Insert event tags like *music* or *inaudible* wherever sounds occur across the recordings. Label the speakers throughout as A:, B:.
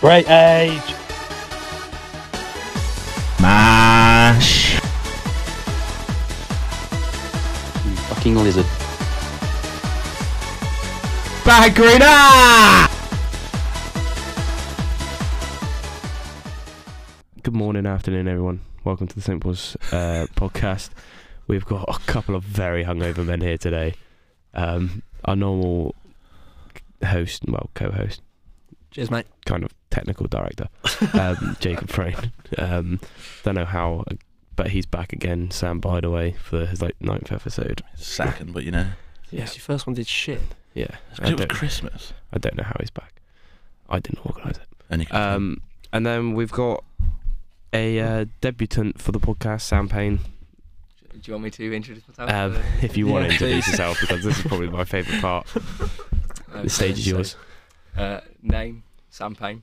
A: Great age.
B: Mash.
C: You fucking lizard.
B: Bagrina!
D: Good morning, afternoon, everyone. Welcome to the St. Paul's uh, podcast. We've got a couple of very hungover men here today. Um, our normal host, well, co-host,
E: Cheers, mate.
D: kind of technical director, um, Jacob Frayne. Um, don't know how, but he's back again. Sam, by the way, for his like ninth episode.
B: Second, but you know.
E: Yes, your first one did shit.
D: Yeah,
B: It's 'cause
D: I
B: it was
D: don't,
B: Christmas.
D: I don't know how he's back. I didn't organise it.
B: And you can
D: Um, and then we've got a uh, debutant for the podcast, Sam Payne.
F: Do you want me to introduce myself?
D: Um, *laughs*
F: Uh,
D: if you want to
E: Yeah,
D: introduce
E: please.
D: yourself, because this is probably my favourite part.
F: okay,
D: The stage is
F: so,
D: yours.
F: Uh, name, Sam Payne.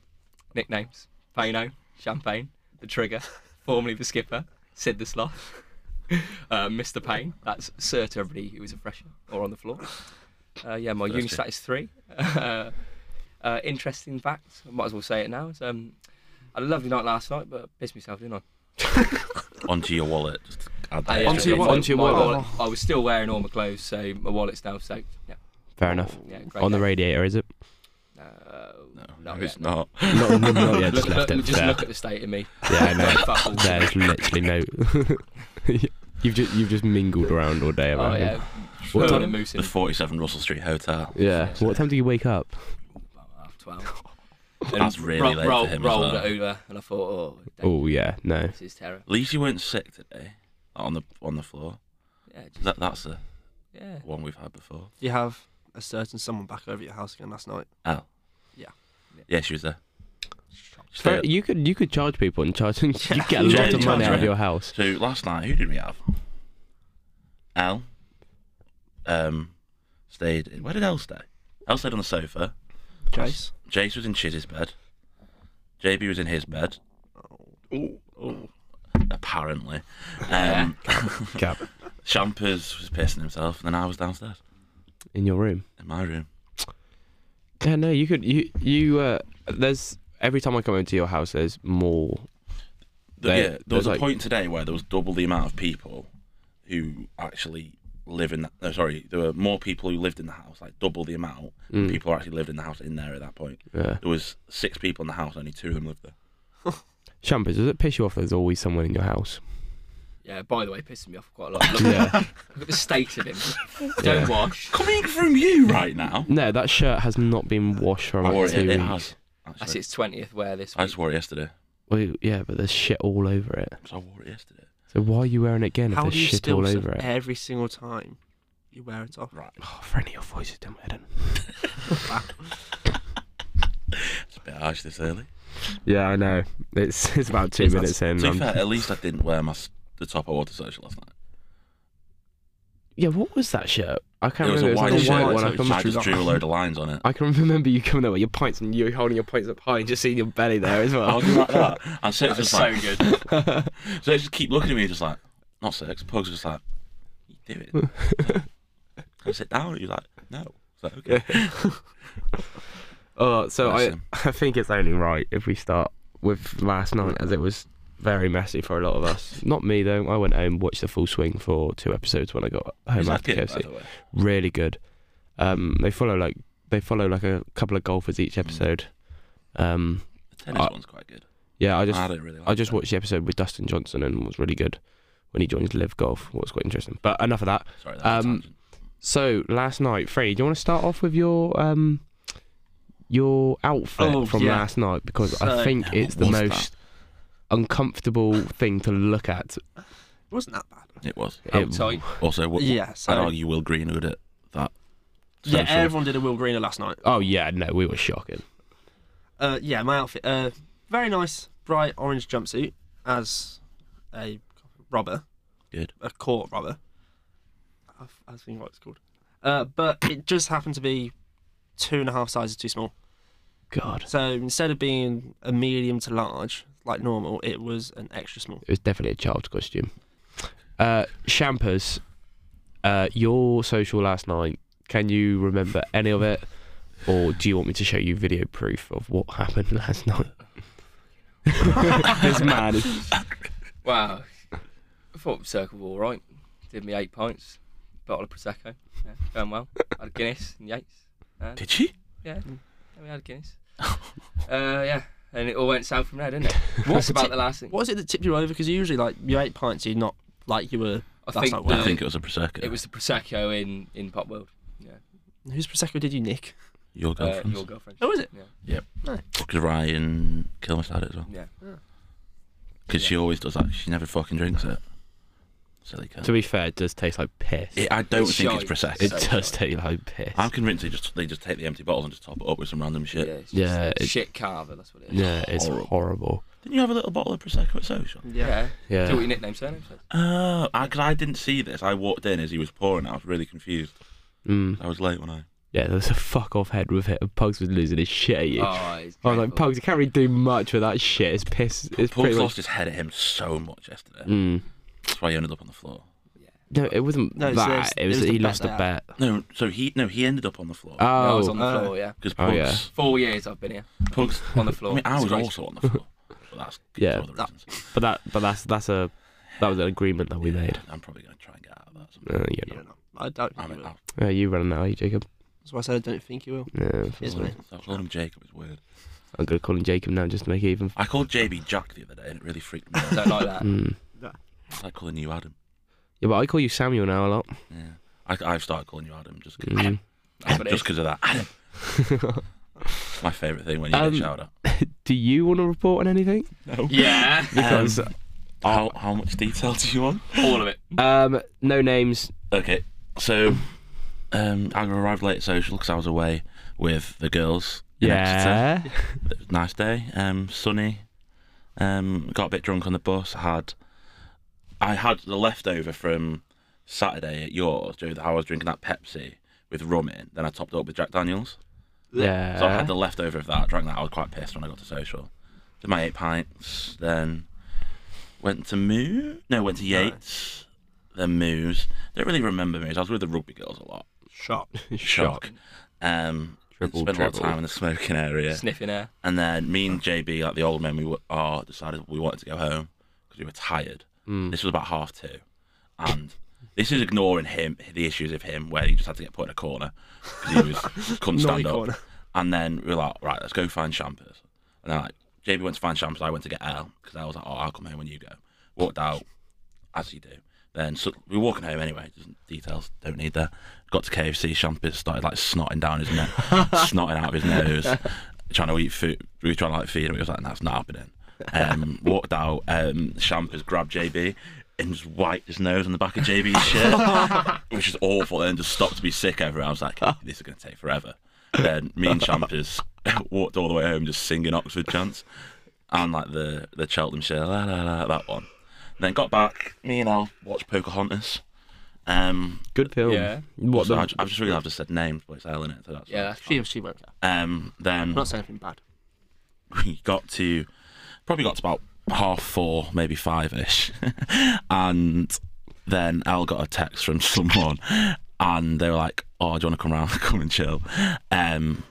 F: Nicknames, Payno, Champagne, The Trigger, formerly The Skipper, Sid the Sloth, *laughs* uh, Mr. Payne. That's Sir to everybody who is a fresher or on the floor. Uh, yeah, my
B: Thirsty.
F: Unistat is three. *laughs* Uh, uh, interesting facts. I might as well say it now. So, um, I had a lovely night last night, but I pissed myself, didn't I?
B: onto your wallet. Just add that.
F: I
B: in.
D: Oh, Onto your
F: my
D: wallet. Onto your wallet.
F: I was still wearing all my clothes, so my wallet's now soaked. Yeah,
D: Fair enough.
F: yeah, great.
D: On the
F: day.
D: radiator, is it?
F: Uh,
B: No, no,
F: not
B: it's
F: yet.
B: not.
D: Not, *laughs* not, not yet,
F: look,
D: just left
F: look-
D: it.
F: just
D: there.
F: look at the state of me.
D: Yeah, I
F: *laughs*
D: know.
F: Fuck all.
D: There's literally no. you've just you've just mingled around all day.
F: Oh
D: haven't you?
F: yeah.
D: What
F: What
D: time-
F: time? Moose in
B: The 47 Russell Street Hotel.
D: Yeah. What time do you wake up?
F: about half twelve.
B: That's really
F: Ro-
B: late
F: roll-
B: for him
F: rolled
B: as well.
F: at Uber, and I thought, oh,
D: Oh yeah, no.
F: this is terror.
B: At least you weren't sick today. On the on the floor.
F: Yeah, just,
B: That that's the
F: yeah.
B: one we've had before.
E: You have a certain someone back over at your house again last night.
B: Yeah, she was there. She
D: Fair-
B: stayed-
D: you could you could charge people and charge. *laughs* You get a lot
B: Yeah,
D: of
B: charge
D: money out of
B: rent.
D: your house.
B: So last night, who did we have? Al. Um, stayed. In, where did El stay? El stayed on the sofa.
E: Jace.
B: Jace was in Chiz's bed. JB was in his bed. Apparently. Um,
D: Cap.
B: Shampers was pissing himself, and then I was downstairs
D: in your room.
B: in my room.
D: Yeah, no. You could you you uh, there's every time I come into your house, there's more.
B: The-
D: They-
B: yeah, there was
D: there's
B: a
D: like-
B: point today where there was double the amount of people who actually live in that. No, sorry, there were more people who lived in the house, like double the amount. than
D: Mm.
B: People who actually lived in the house in there at that point.
D: Yeah.
B: There was six people in the house, only two of them lived there.
D: Champers, does it piss you off? There's always someone in your house.
F: Yeah. By the way, pissing me off quite a lot. Look,
D: Yeah.
F: look at the state of him. Don't wash.
B: Coming from you right now.
D: *laughs* No, that shirt has not been washed for
B: I wore
D: about
B: it.
D: two
B: It
D: weeks.
B: has.
F: That's
B: Actually.
F: its twentieth wear this
B: I
F: week.
B: just wore it yesterday.
D: Well, yeah, but there's shit all over it.
B: So I wore it yesterday. *laughs*
D: So why are you wearing it again if
E: How
D: there's
E: do you
D: shit
E: still
D: all
E: s- eh.
D: over it?
E: every single time you wear it off?
B: Right.
D: Oh, Franny, your voice is done my head in.
B: *laughs* It's a bit harsh this early.
D: Yeah, I know. It's *laughs* it's about two
B: It's-
D: minutes in.
B: to
D: I'm-
B: be fair, at least I didn't wear my s- the top I wore to social last night.
D: Yeah, what was that shirt? I can't
B: it was
D: remember.
B: a white
D: it was like a
B: shirt.
D: white one. I,
B: so
D: can
B: I just drew a load of lines on
D: *laughs*
B: it.
D: I can remember you coming over your pints and you holding your pints up high and just seeing your belly there as well.
B: I'll do like that. And so
F: That was
B: just
F: so
B: like,
F: good.
B: *laughs* So they just keep looking at me, just like, not sex. Pugs just like, you do it. Can
D: *laughs*
B: I sit down? You're like, no. It's like, okay.
D: Oh, so
B: Bless
D: I,
B: him.
D: *laughs* I think it's only right if we start with last night, as it was very messy for a lot of us. Not me though. I went home, watched the full swing for two episodes when I got home
B: Is that
D: after
B: good, by
D: KFC.
B: the way?
D: Really good. Um, they follow like they follow like a couple of golfers
B: Mm.
D: each episode. Um,
B: The tennis
D: I-
B: one's quite good.
D: yeah, I just
B: I don't really like
D: I just
B: that.
D: watched the episode with Dustin Johnson and was really good when he joined Live Golf. What was quite interesting. But enough of that.
B: Sorry, that was a
D: um,
B: tangent.
D: So last night, Freddie, do you want to start off with your um your outfit
E: Oh,
D: from
E: yeah.
D: last night because I
E: So-
D: think
B: Yeah,
D: it's
B: what
D: the
B: was that?
D: most uncomfortable thing to look at.
E: It wasn't that bad.
B: It was.
D: It-
F: Outside.
B: Also, what,
E: Yeah,
B: I'd
E: so
B: argue Will Greenwood at that.
E: yeah,
B: social.
E: everyone did a Will Greener last night.
D: oh yeah, no, we were shocking.
E: Uh, yeah, my outfit. Uh, very nice, bright orange jumpsuit as a robber.
B: Good.
E: A court robber. I f- I think what it's called. Uh, but it just happened to be two and a half sizes too small.
D: God,
E: So instead of being a medium to large like normal, it was an extra small.
D: it was definitely a child's costume. Uh, Shampers, uh, your social last night Can you remember any of it? Or do you want me to show you video proof of what happened *laughs* last night?
F: this man is. Wow. I thought Circle were all right. Did me eight pints, bottle of Prosecco. Yeah, going well. had a Guinness and Yates. And
B: Did she?
F: yeah, yeah, we had a Guinness. *laughs* uh, yeah, and it all went south from there, didn't it? What's about the last thing?
E: What is it that tipped you over? Because usually, like, you ate pints, you're not like you were.
F: I
E: That's
F: think,
E: not
F: the-
E: what
B: I think it was a prosecco.
F: it was the Prosecco in, in Pop World. Yeah.
E: Whose prosecco did you nick?
B: your
F: Uh,
B: girlfriend.
F: your girlfriend.
E: Oh, is it?
B: Because Ryan Kilmer had it as well.
F: Yeah.
B: Because she always does that. She never fucking drinks it. Silly cunt.
D: To be fair, it does taste like piss.
B: It- I don't
F: It's
B: think it's
F: shite.
B: prosecco.
D: It
F: so
D: does taste like piss.
B: I'm convinced they just they just take the empty bottles and just top it up with some random
F: Yeah,
B: shit.
F: it's just
D: Yeah,
F: a
D: it-
F: shit carver, that's what it is.
D: yeah, it's
B: horrible.
D: horrible.
B: Didn't you have a little bottle of prosecco at social?
F: Yeah. Do you know what
D: Yeah.
F: your nickname surname says?
B: Oh, because I didn't see this. I walked in as he was pouring. I was really confused.
D: Mm.
B: I was late when I.
D: Yeah, there was a fuck off head with it, and Pugs was losing his shit at you.
F: Oh, it's
D: I was like,
F: dreadful.
D: Pugs, you can't really do much with that shit. It's piss. It's
B: Paul
D: pretty
B: lost
D: much.
B: his head at him so much yesterday.
D: Mm.
B: That's why he ended up on the floor.
D: No, it wasn't
E: No, it's-
D: that.
E: it's-
D: it was,
E: it was
D: he
E: the bet
D: lost a
E: that-
D: bet.
B: No, so he no he ended up on the floor.
D: Oh,
F: No, I was on the
E: Oh.
F: floor, yeah.
B: Because
D: Oh,
B: Pugs,
D: yeah.
F: Four years I've been here.
B: Pugs
F: On the floor.
B: I mean, I was also
F: Disgraceful.
B: on the floor.
D: *laughs*
B: But that's good
D: Yeah.
B: for other reasons.
D: but that, but that's that's a that was an agreement that we
B: Yeah,
D: made.
B: I'm probably going to try and get out of that. somehow.
D: Uh, you know,
E: no. I don't
B: I
E: think you
B: mean,
E: will.
B: I'll,
D: uh, you running that, are you, Jacob?
E: That's why I said I don't think you will.
D: Yeah.
E: Here's
B: I'll,
E: me.
B: I'll call him Jacob. It's weird.
D: I'm gonna call him Jacob now just to make it even.
B: I called JB Jack the other day, and it really freaked me
F: I
B: out.
F: don't
D: *laughs*
F: like that.
D: Mm.
B: It's like calling you Adam.
D: Yeah, but I call you Samuel now a lot.
B: Yeah, I, I've started calling you Adam just because
D: Mm.
F: That's what it is.
B: of that. Adam.
D: *laughs*
B: It's my favourite thing when you
D: Um,
B: get shouted at.
D: Do you want to report on anything?
B: No.
D: *laughs*
F: Yeah.
B: Um.
D: Because
B: How, how much detail do you want?
F: All of it.
D: um, no names.
B: Okay, so um, I arrived late at social because I was away with the girls. in Exeter.
D: Yeah.
B: It was a nice day, um, sunny. Um, got a bit drunk on the bus. Had I had the leftover from Saturday at yours? During the, I was drinking that Pepsi with rum in. Then I topped it up with Jack Daniels.
D: Yeah.
B: So I had the leftover of that, drank that. I was quite pissed when I got to social. Did my eight pints, then went to Moo. No, went to Yates, then Moos. Don't really remember Moos. I was with the rugby girls a lot.
E: Shot.
B: Shock. Um,
D: Triple,
B: spent a lot of
D: treble.
B: time in the smoking area,
F: Sniffing air.
B: and then me and JB, like the old men we were, are, decided we wanted to go home because we were tired.
E: Hmm.
D: Mm.
B: This was about half two, and this is ignoring him, the issues of him, where he just had to get put in a corner because
E: *laughs*
B: he was couldn't
E: Naughty
B: stand up.
E: corner.
B: And then we were like, right, let's go find Champers. And then like, JB went to find Champers. I went to get Al because I was like, oh, I'll come home when you go. Walked out, as you do. Then so we were walking home anyway. Just details don't need that. Got to KFC. Champers started like snotting down his neck, *laughs* snotting out of his nose, trying to eat food. We were trying to like feed him. He was like, that's not happening. Um, walked out. Um, Champers grabbed JB. And just wiped his nose on the back of JB's shirt, which is awful. And then just stopped to be sick everywhere. I was like, "This is going to take forever." then me and Champers *laughs* walked all the way home just singing Oxford chants and like the the Cheltenham share la, la, la, that one. Then got back, me and Al watched Pocahontas. Um,
D: Good film.
F: Yeah.
D: What
B: so
D: the?
B: I, have just realised I've just said names, but it's Al in it, so that's
F: Yeah, that's
E: *laughs* She, she won't care.
B: fine. Um, then
E: I'm not saying anything bad.
B: we got to probably got to about half four, maybe five ish, *laughs* and then Al got a text from *laughs* someone, and they were like, "Oh, do you want to come round, *laughs* come and chill?" Um,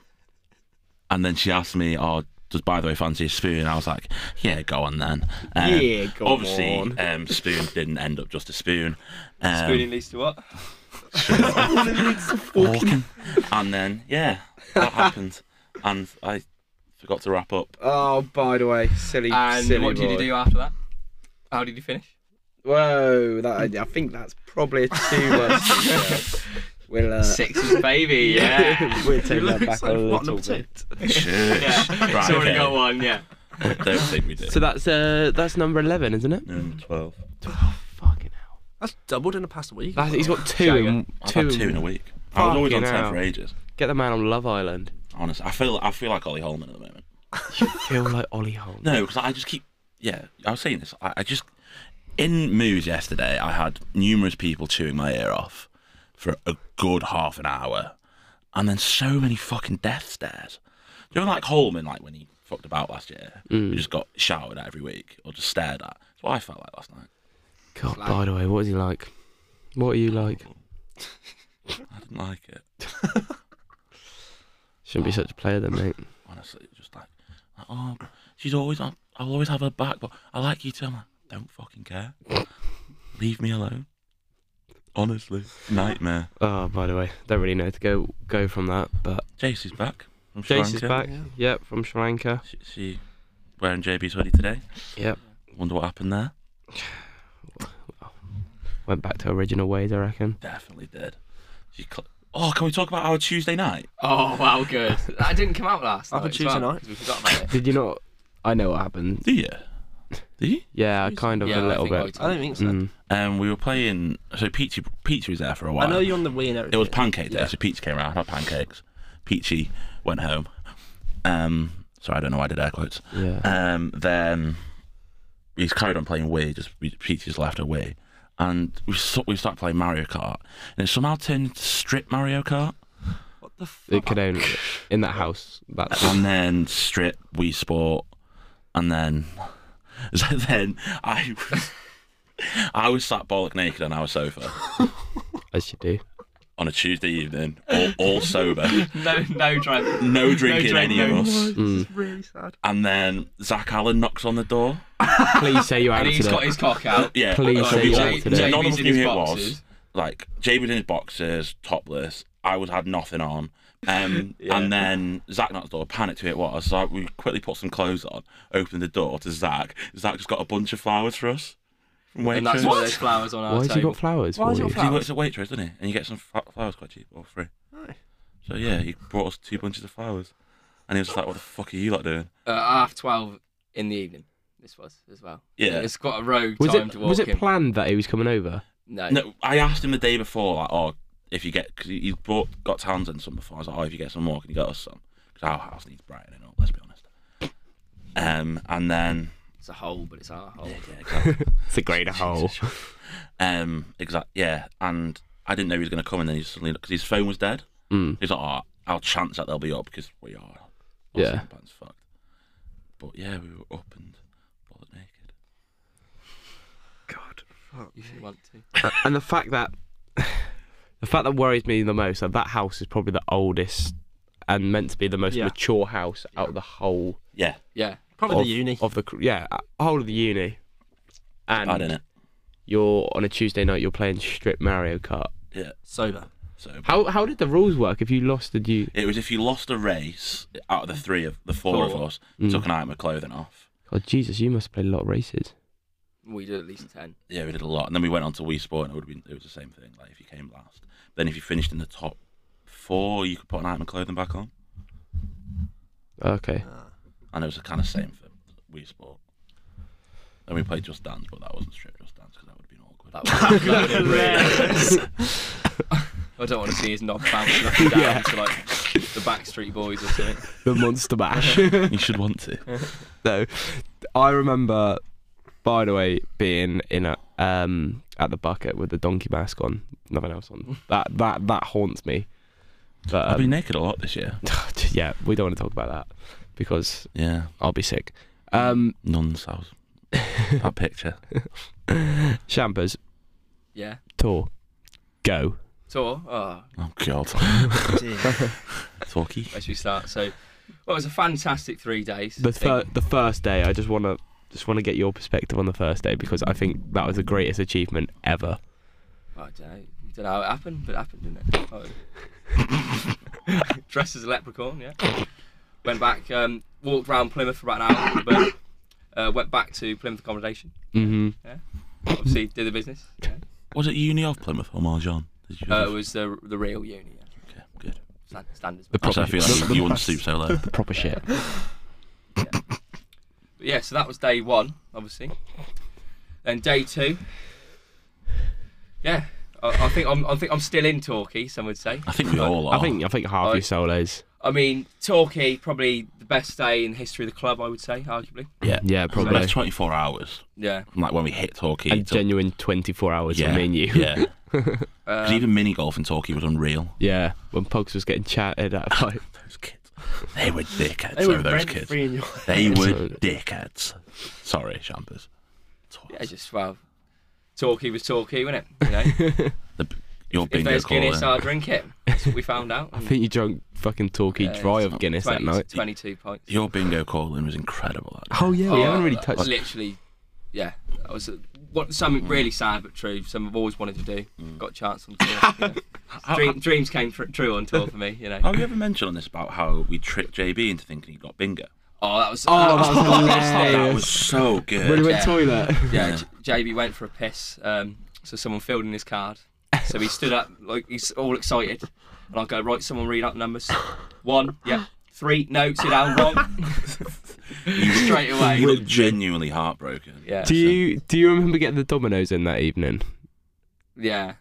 B: and then she asked me, "Oh." Does by the way fancy a spoon? I was like, yeah, go on then. Um,
D: Yeah, go
B: obviously,
D: on.
B: um, spoon didn't end up just a spoon. Um,
F: Spooning leads to what?
B: walking. and then yeah, that happened, and I forgot to wrap up.
G: Oh, by the way, silly,
F: And
G: silly
F: what did you
G: boy.
F: do after that? How did you finish?
G: Whoa, that I think that's probably a
F: *laughs*
G: too much. detail. we'll uh, *laughs*
F: Sixes, baby. Yeah.
G: we'll take that back a little
E: what number
G: bit.
E: two?
B: Shush. *laughs* Right,
F: It's already
B: okay.
F: got one. Yeah.
B: Don't think we did.
D: So that's uh that's number eleven, isn't it?
B: No, 12.
D: Fucking hell.
E: That's doubled in the past week.
D: That's, he's got two.
F: Shagger.
D: In,
B: I've
D: two.
B: had two in a week. I was always on
D: Fucking
B: 10
D: hell.
B: for ages.
D: Get the man on Love Island.
B: Honestly, I feel I feel like Ollie Holman at the moment.
D: Feel like Ollie Holmes.
B: No, because I just keep. Yeah, I was saying this. I, I just in moves yesterday. I had numerous people chewing my ear off for a good half an hour, and then so many fucking death stares. Do you know, like Holman, like when he fucked about last year,
D: Mm.
B: he just got shouted at every week or just stared at. That's what I felt like last night.
D: God, by the way, what is he like? What are you like?
B: I didn't like it.
D: Shouldn't be such a player then, mate.
B: Honestly, it was just like, like, oh, she's always on. I'll always have her back, but I like you too. I'm like, don't fucking care. Leave me alone. Honestly, nightmare.
D: Oh, by the way, don't really know to go go from that, but
B: Jace is back. From Sri
D: Jace is
B: Lanka.
D: back.
E: Yeah.
D: Yep, from Sri Lanka.
B: She, she wearing JB's hoodie today.
D: Yep.
B: Wonder what happened there.
D: Went back to original ways, I reckon.
B: Definitely did. She. Cl- oh, can we talk about our Tuesday night?
F: Oh wow, good. *laughs* That didn't come out last.
E: Up on
F: though, as
E: Tuesday
F: well,
E: night.
F: 'cause We forgot about it.
D: Did you not? I know what happened.
B: Do you? Do you?
D: Yeah, I kind of
F: Yeah,
D: a
F: I
D: little
F: think
D: bit.
F: I
E: I don't think so.
D: Mm.
B: Um, we were playing. So Peachy, Peachy was there for a
E: I
B: while.
E: know you're on the Wii and
B: It
E: everything.
B: was pancake day,
E: Yeah.
B: so Peach came around, had pancakes. Peachy went home. Um, sorry, I don't know why I did air quotes.
D: Yeah.
B: Um, then he's carried on playing Wii. Just we- Peachy's left a Wii, and we so, we started playing Mario Kart, and it somehow turned into Strip Mario Kart,
E: What the fuck?
D: It could only in *laughs* that house. That's
B: and then Strip Wii Sport, and then *laughs* so then I. I was sat bollock naked on our sofa
D: as you do.
B: on a Tuesday evening, all, all sober,
F: No,
D: *laughs*
F: no driving.
B: no drinking
F: drink,
B: any
F: no
B: of us.
D: Mm.
E: really sad.
B: And then Zach Allen knocks on the door.
D: Please say you
F: And
D: answered
F: he's got
D: it.
F: his cock *laughs* out.
B: Yeah,
D: Please
B: so
D: say
B: we
D: you
B: all-
D: out today.
B: so none of
F: JB's
B: us
F: in
B: knew
F: his
B: who it was.
F: boxes.
B: Like Jay was in his boxers, topless. I was had nothing on.
F: *laughs*
B: Um, And then Zach knocked the door, panicked who it was. So we quickly put some clothes on, opened the door to Zach. Zach just got a bunch of flowers for us from
F: And that's
B: Waitrose.
F: why there's flowers on our
D: Why has he
F: table.
D: got flowers
E: Why
D: for
E: has he
D: you?
E: got
B: 'Cause he works at Waitrose, doesn't he? And you get some fl- flowers quite cheap or free.
E: Aye.
B: So yeah, he brought us two bunches of flowers. And he was just like, what the fuck are you lot doing?
F: uh, half twelve in the evening. This was as well.
B: Yeah.
F: it's quite a rogue
D: Was
F: time
D: it
F: to walk
D: was it
F: in.
D: planned that he was coming over?
F: no,
B: No, I asked him the day before, like, oh, if you get, because he bought, got Townsend some before. I was like, oh, if you get some more, can you get us some? Because our house needs brightening up, let's be honest. Um, and then,
F: it's a hole, but it's our hole.
B: yeah,
D: *laughs*
B: exactly.
D: It's a great hole.
B: *laughs* um, exact, yeah. And I didn't know he was going to come, and then he suddenly, because his phone was dead.
D: Mm.
B: He's like, oh, our chance that they'll be up because we are.
D: Yeah.
B: Obviously, the band's fucked. But yeah, we were up and bothered naked.
F: If you want to.
D: And the fact that *laughs* the fact that worries me the most that that house is probably the oldest and meant to be the most
E: Yeah.
D: mature house out of the whole
B: Yeah,
F: Yeah,
E: Probably
D: of
E: the uni.
D: of the cr- yeah uh, whole of the uni. And
B: bad in it.
D: you're on a Tuesday night. You're playing strip Mario Kart.
E: Sober.
B: So
D: How how did the rules work? If you lost, did you?
B: it was if you lost a race out of the three of the four, of
F: Four.
B: us,
D: Mm.
B: took an item of clothing off.
D: Oh Jesus, you must play a lot of races.
F: we did at least *laughs* ten.
B: Yeah, we did a lot, and then we went on to Wii Sport, and it would have been it was the same thing. Like if you came last, then if you finished in the top four, you could put an item of clothing back on,
D: Okay,
B: and it was the kind of same for Wii Sport. Then we played Just Dance, but that wasn't straight Just Dance because that would have been awkward.
F: That was that would've been really- *laughs* I don't want to see his knob bouncing up and down to like the Backstreet Boys or something.
D: the Monster Bash. *laughs*
B: *laughs* you should want to.
D: No, I remember. By the way, being in a um at the bucket with the donkey mask on, nothing else on. That that that haunts me. But
B: I've been
D: um,
B: naked a lot this year.
D: *laughs* yeah, we don't want to talk about that because
B: *laughs* Yeah,
D: I'll be sick. Um,
B: nuns. That was that picture.
D: Champers
F: Yeah,
D: tour, go.
F: tour. Oh,
B: *laughs* Oh God, talkie.
F: as we start. So, well, it was a fantastic three days.
D: The
F: I think.
D: fir- the first day, I just want to just want to get your perspective on the first day because I think that was the greatest achievement ever.
F: I don't know. Don't know how it happened, but it happened, didn't it? Oh.
B: *laughs*
F: *laughs* Dressed as a leprechaun, yeah. Went back, um, walked around Plymouth for about an hour, but uh, went back to Plymouth accommodation.
D: Mm-hmm.
F: Obviously, did the business. yeah.
B: Was it Uni of Plymouth or Marjan? Did you?
F: Uh, it was the the real uni, yeah.
B: okay, good.
F: Stand, standards.
D: The
F: But
B: Also, I feel like
D: the-
B: you- you wouldn't stoop so *laughs* low.
D: Proper shit.
F: Oh. yeah, so that was day one, obviously. Then day two. Yeah, I, I think I'm I think I'm still in Torquay. Some would say.
B: I think we all are.
D: I think I think half
F: I-
D: your solos.
F: I mean, Torquay probably the best day in the history of the club. I would say, arguably.
B: yeah,
D: Yeah,
B: But
D: probably.
B: that's 24 hours
F: Yeah.
B: from like when we hit Torquay.
D: a
B: till-
D: genuine 24 hours for me and you.
B: Yeah. Because
F: Um,
B: even mini golf in Torquay was unreal.
D: *laughs* Yeah, when Pogs was getting chatted at fight.
B: Those kids. They were dickheads,
E: They
B: though,
E: were
B: those
E: rent
B: kids.
E: free in your
B: They were
D: Sorry.
B: dickheads. Sorry, Champers.
F: yeah, just well, Torquay was Torquay, wasn't it? You know,
B: The, Your
F: If
B: bingo
F: there's
B: caller.
F: Guinness, I'll drink it. That's what we found out.
D: I think you drank fucking talkie
F: Yeah,
D: dry
F: it's
D: of Guinness
F: 20
D: that night.
F: 22 pints.
B: Your bingo calling was incredible. That
D: Oh yeah, we
F: Oh,
D: haven't really
F: that
D: touched.
F: was Literally, yeah. That was a, what, something really sad but true. Something I've always wanted to do. Got a chance on tour. you know. Dream, dreams came tr- true on tour for me.
B: *laughs*
F: You know.
B: Have you ever mentioned on this about how we tricked JB into thinking he got bingo?
F: Oh, that was.
G: Oh,
F: *laughs* that was-
G: that was
B: That
G: hilarious.
B: was so
G: When he
B: good.
G: went
F: Yeah.
G: toilet.
F: *laughs* yeah,
B: *laughs*
F: J- JB went for a piss. Um, so someone filled in his card. So he stood up, like he's all excited, and I go, right, someone read out the numbers. One, yeah, three, no, sit down, wrong.
D: *laughs*
F: Straight away.
B: You were genuinely heartbroken.
F: Yeah.
D: Do you do you remember getting the dominoes in that evening?
F: Yeah.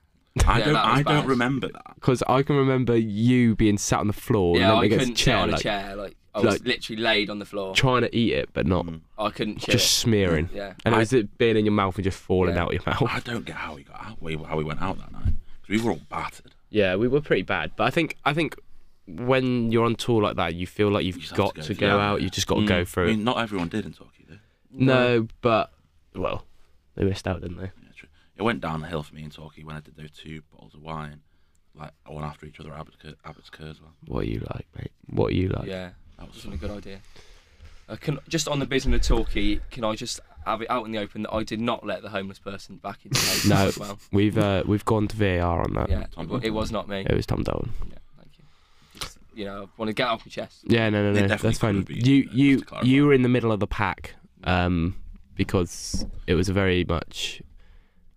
B: I
F: Yeah,
B: don't.
F: that was
B: I don't
F: bad.
B: remember that.
D: Because I can remember you being sat on the floor
F: Yeah,
D: and
F: I
D: then against
F: couldn't
D: a chair,
F: sit on a
D: like,
F: chair. Like I was
D: like-
F: literally laid on the floor.
D: trying to eat it but not
F: I couldn't chew.
D: just smearing.
F: Yeah.
D: And
B: I-
D: it was it being in your mouth and just falling
F: Yeah.
D: out your *laughs* mouth.
B: I don't get how we got out. we- How we went out that night. 'Cause We were all battered.
D: Yeah, we were pretty bad, but I think I think when you're on tour like that, you feel like you've
B: just have
D: got
B: to
D: to
B: go
D: go,
B: through it.
D: out. You just got to
B: Mm.
D: go through.
B: I
D: it.
B: mean, not everyone did in Turkey though.
D: no, but well, they missed out, didn't they?
B: Yeah, true. It went downhill for me in Turkey when I did those two bottles of wine, like one after each other. Abbott's, Cur- Abbott's Kurzweil.
D: What are you like, mate? What are you like?
F: Yeah,
B: That was
F: wasn't a good idea. Uh, can just on the business of talkie, can I just have it out in the open that I did not let the homeless person back in the
D: *laughs*
B: *laughs*
F: house
D: No.
F: as well?
D: We've uh, we've gone to VAR on that.
F: Yeah, it,
B: Tom
F: wa- it was not me.
D: It was Tom Dolan.
F: Yeah, thank you. Just, you know, I want to get off my chest.
D: Yeah, no,
B: It
D: no, no.
B: definitely
D: That's fine.
B: could have been,
D: You
B: uh,
D: you
B: just to clarify.
D: you were in the middle of the pack, um, because it was a very much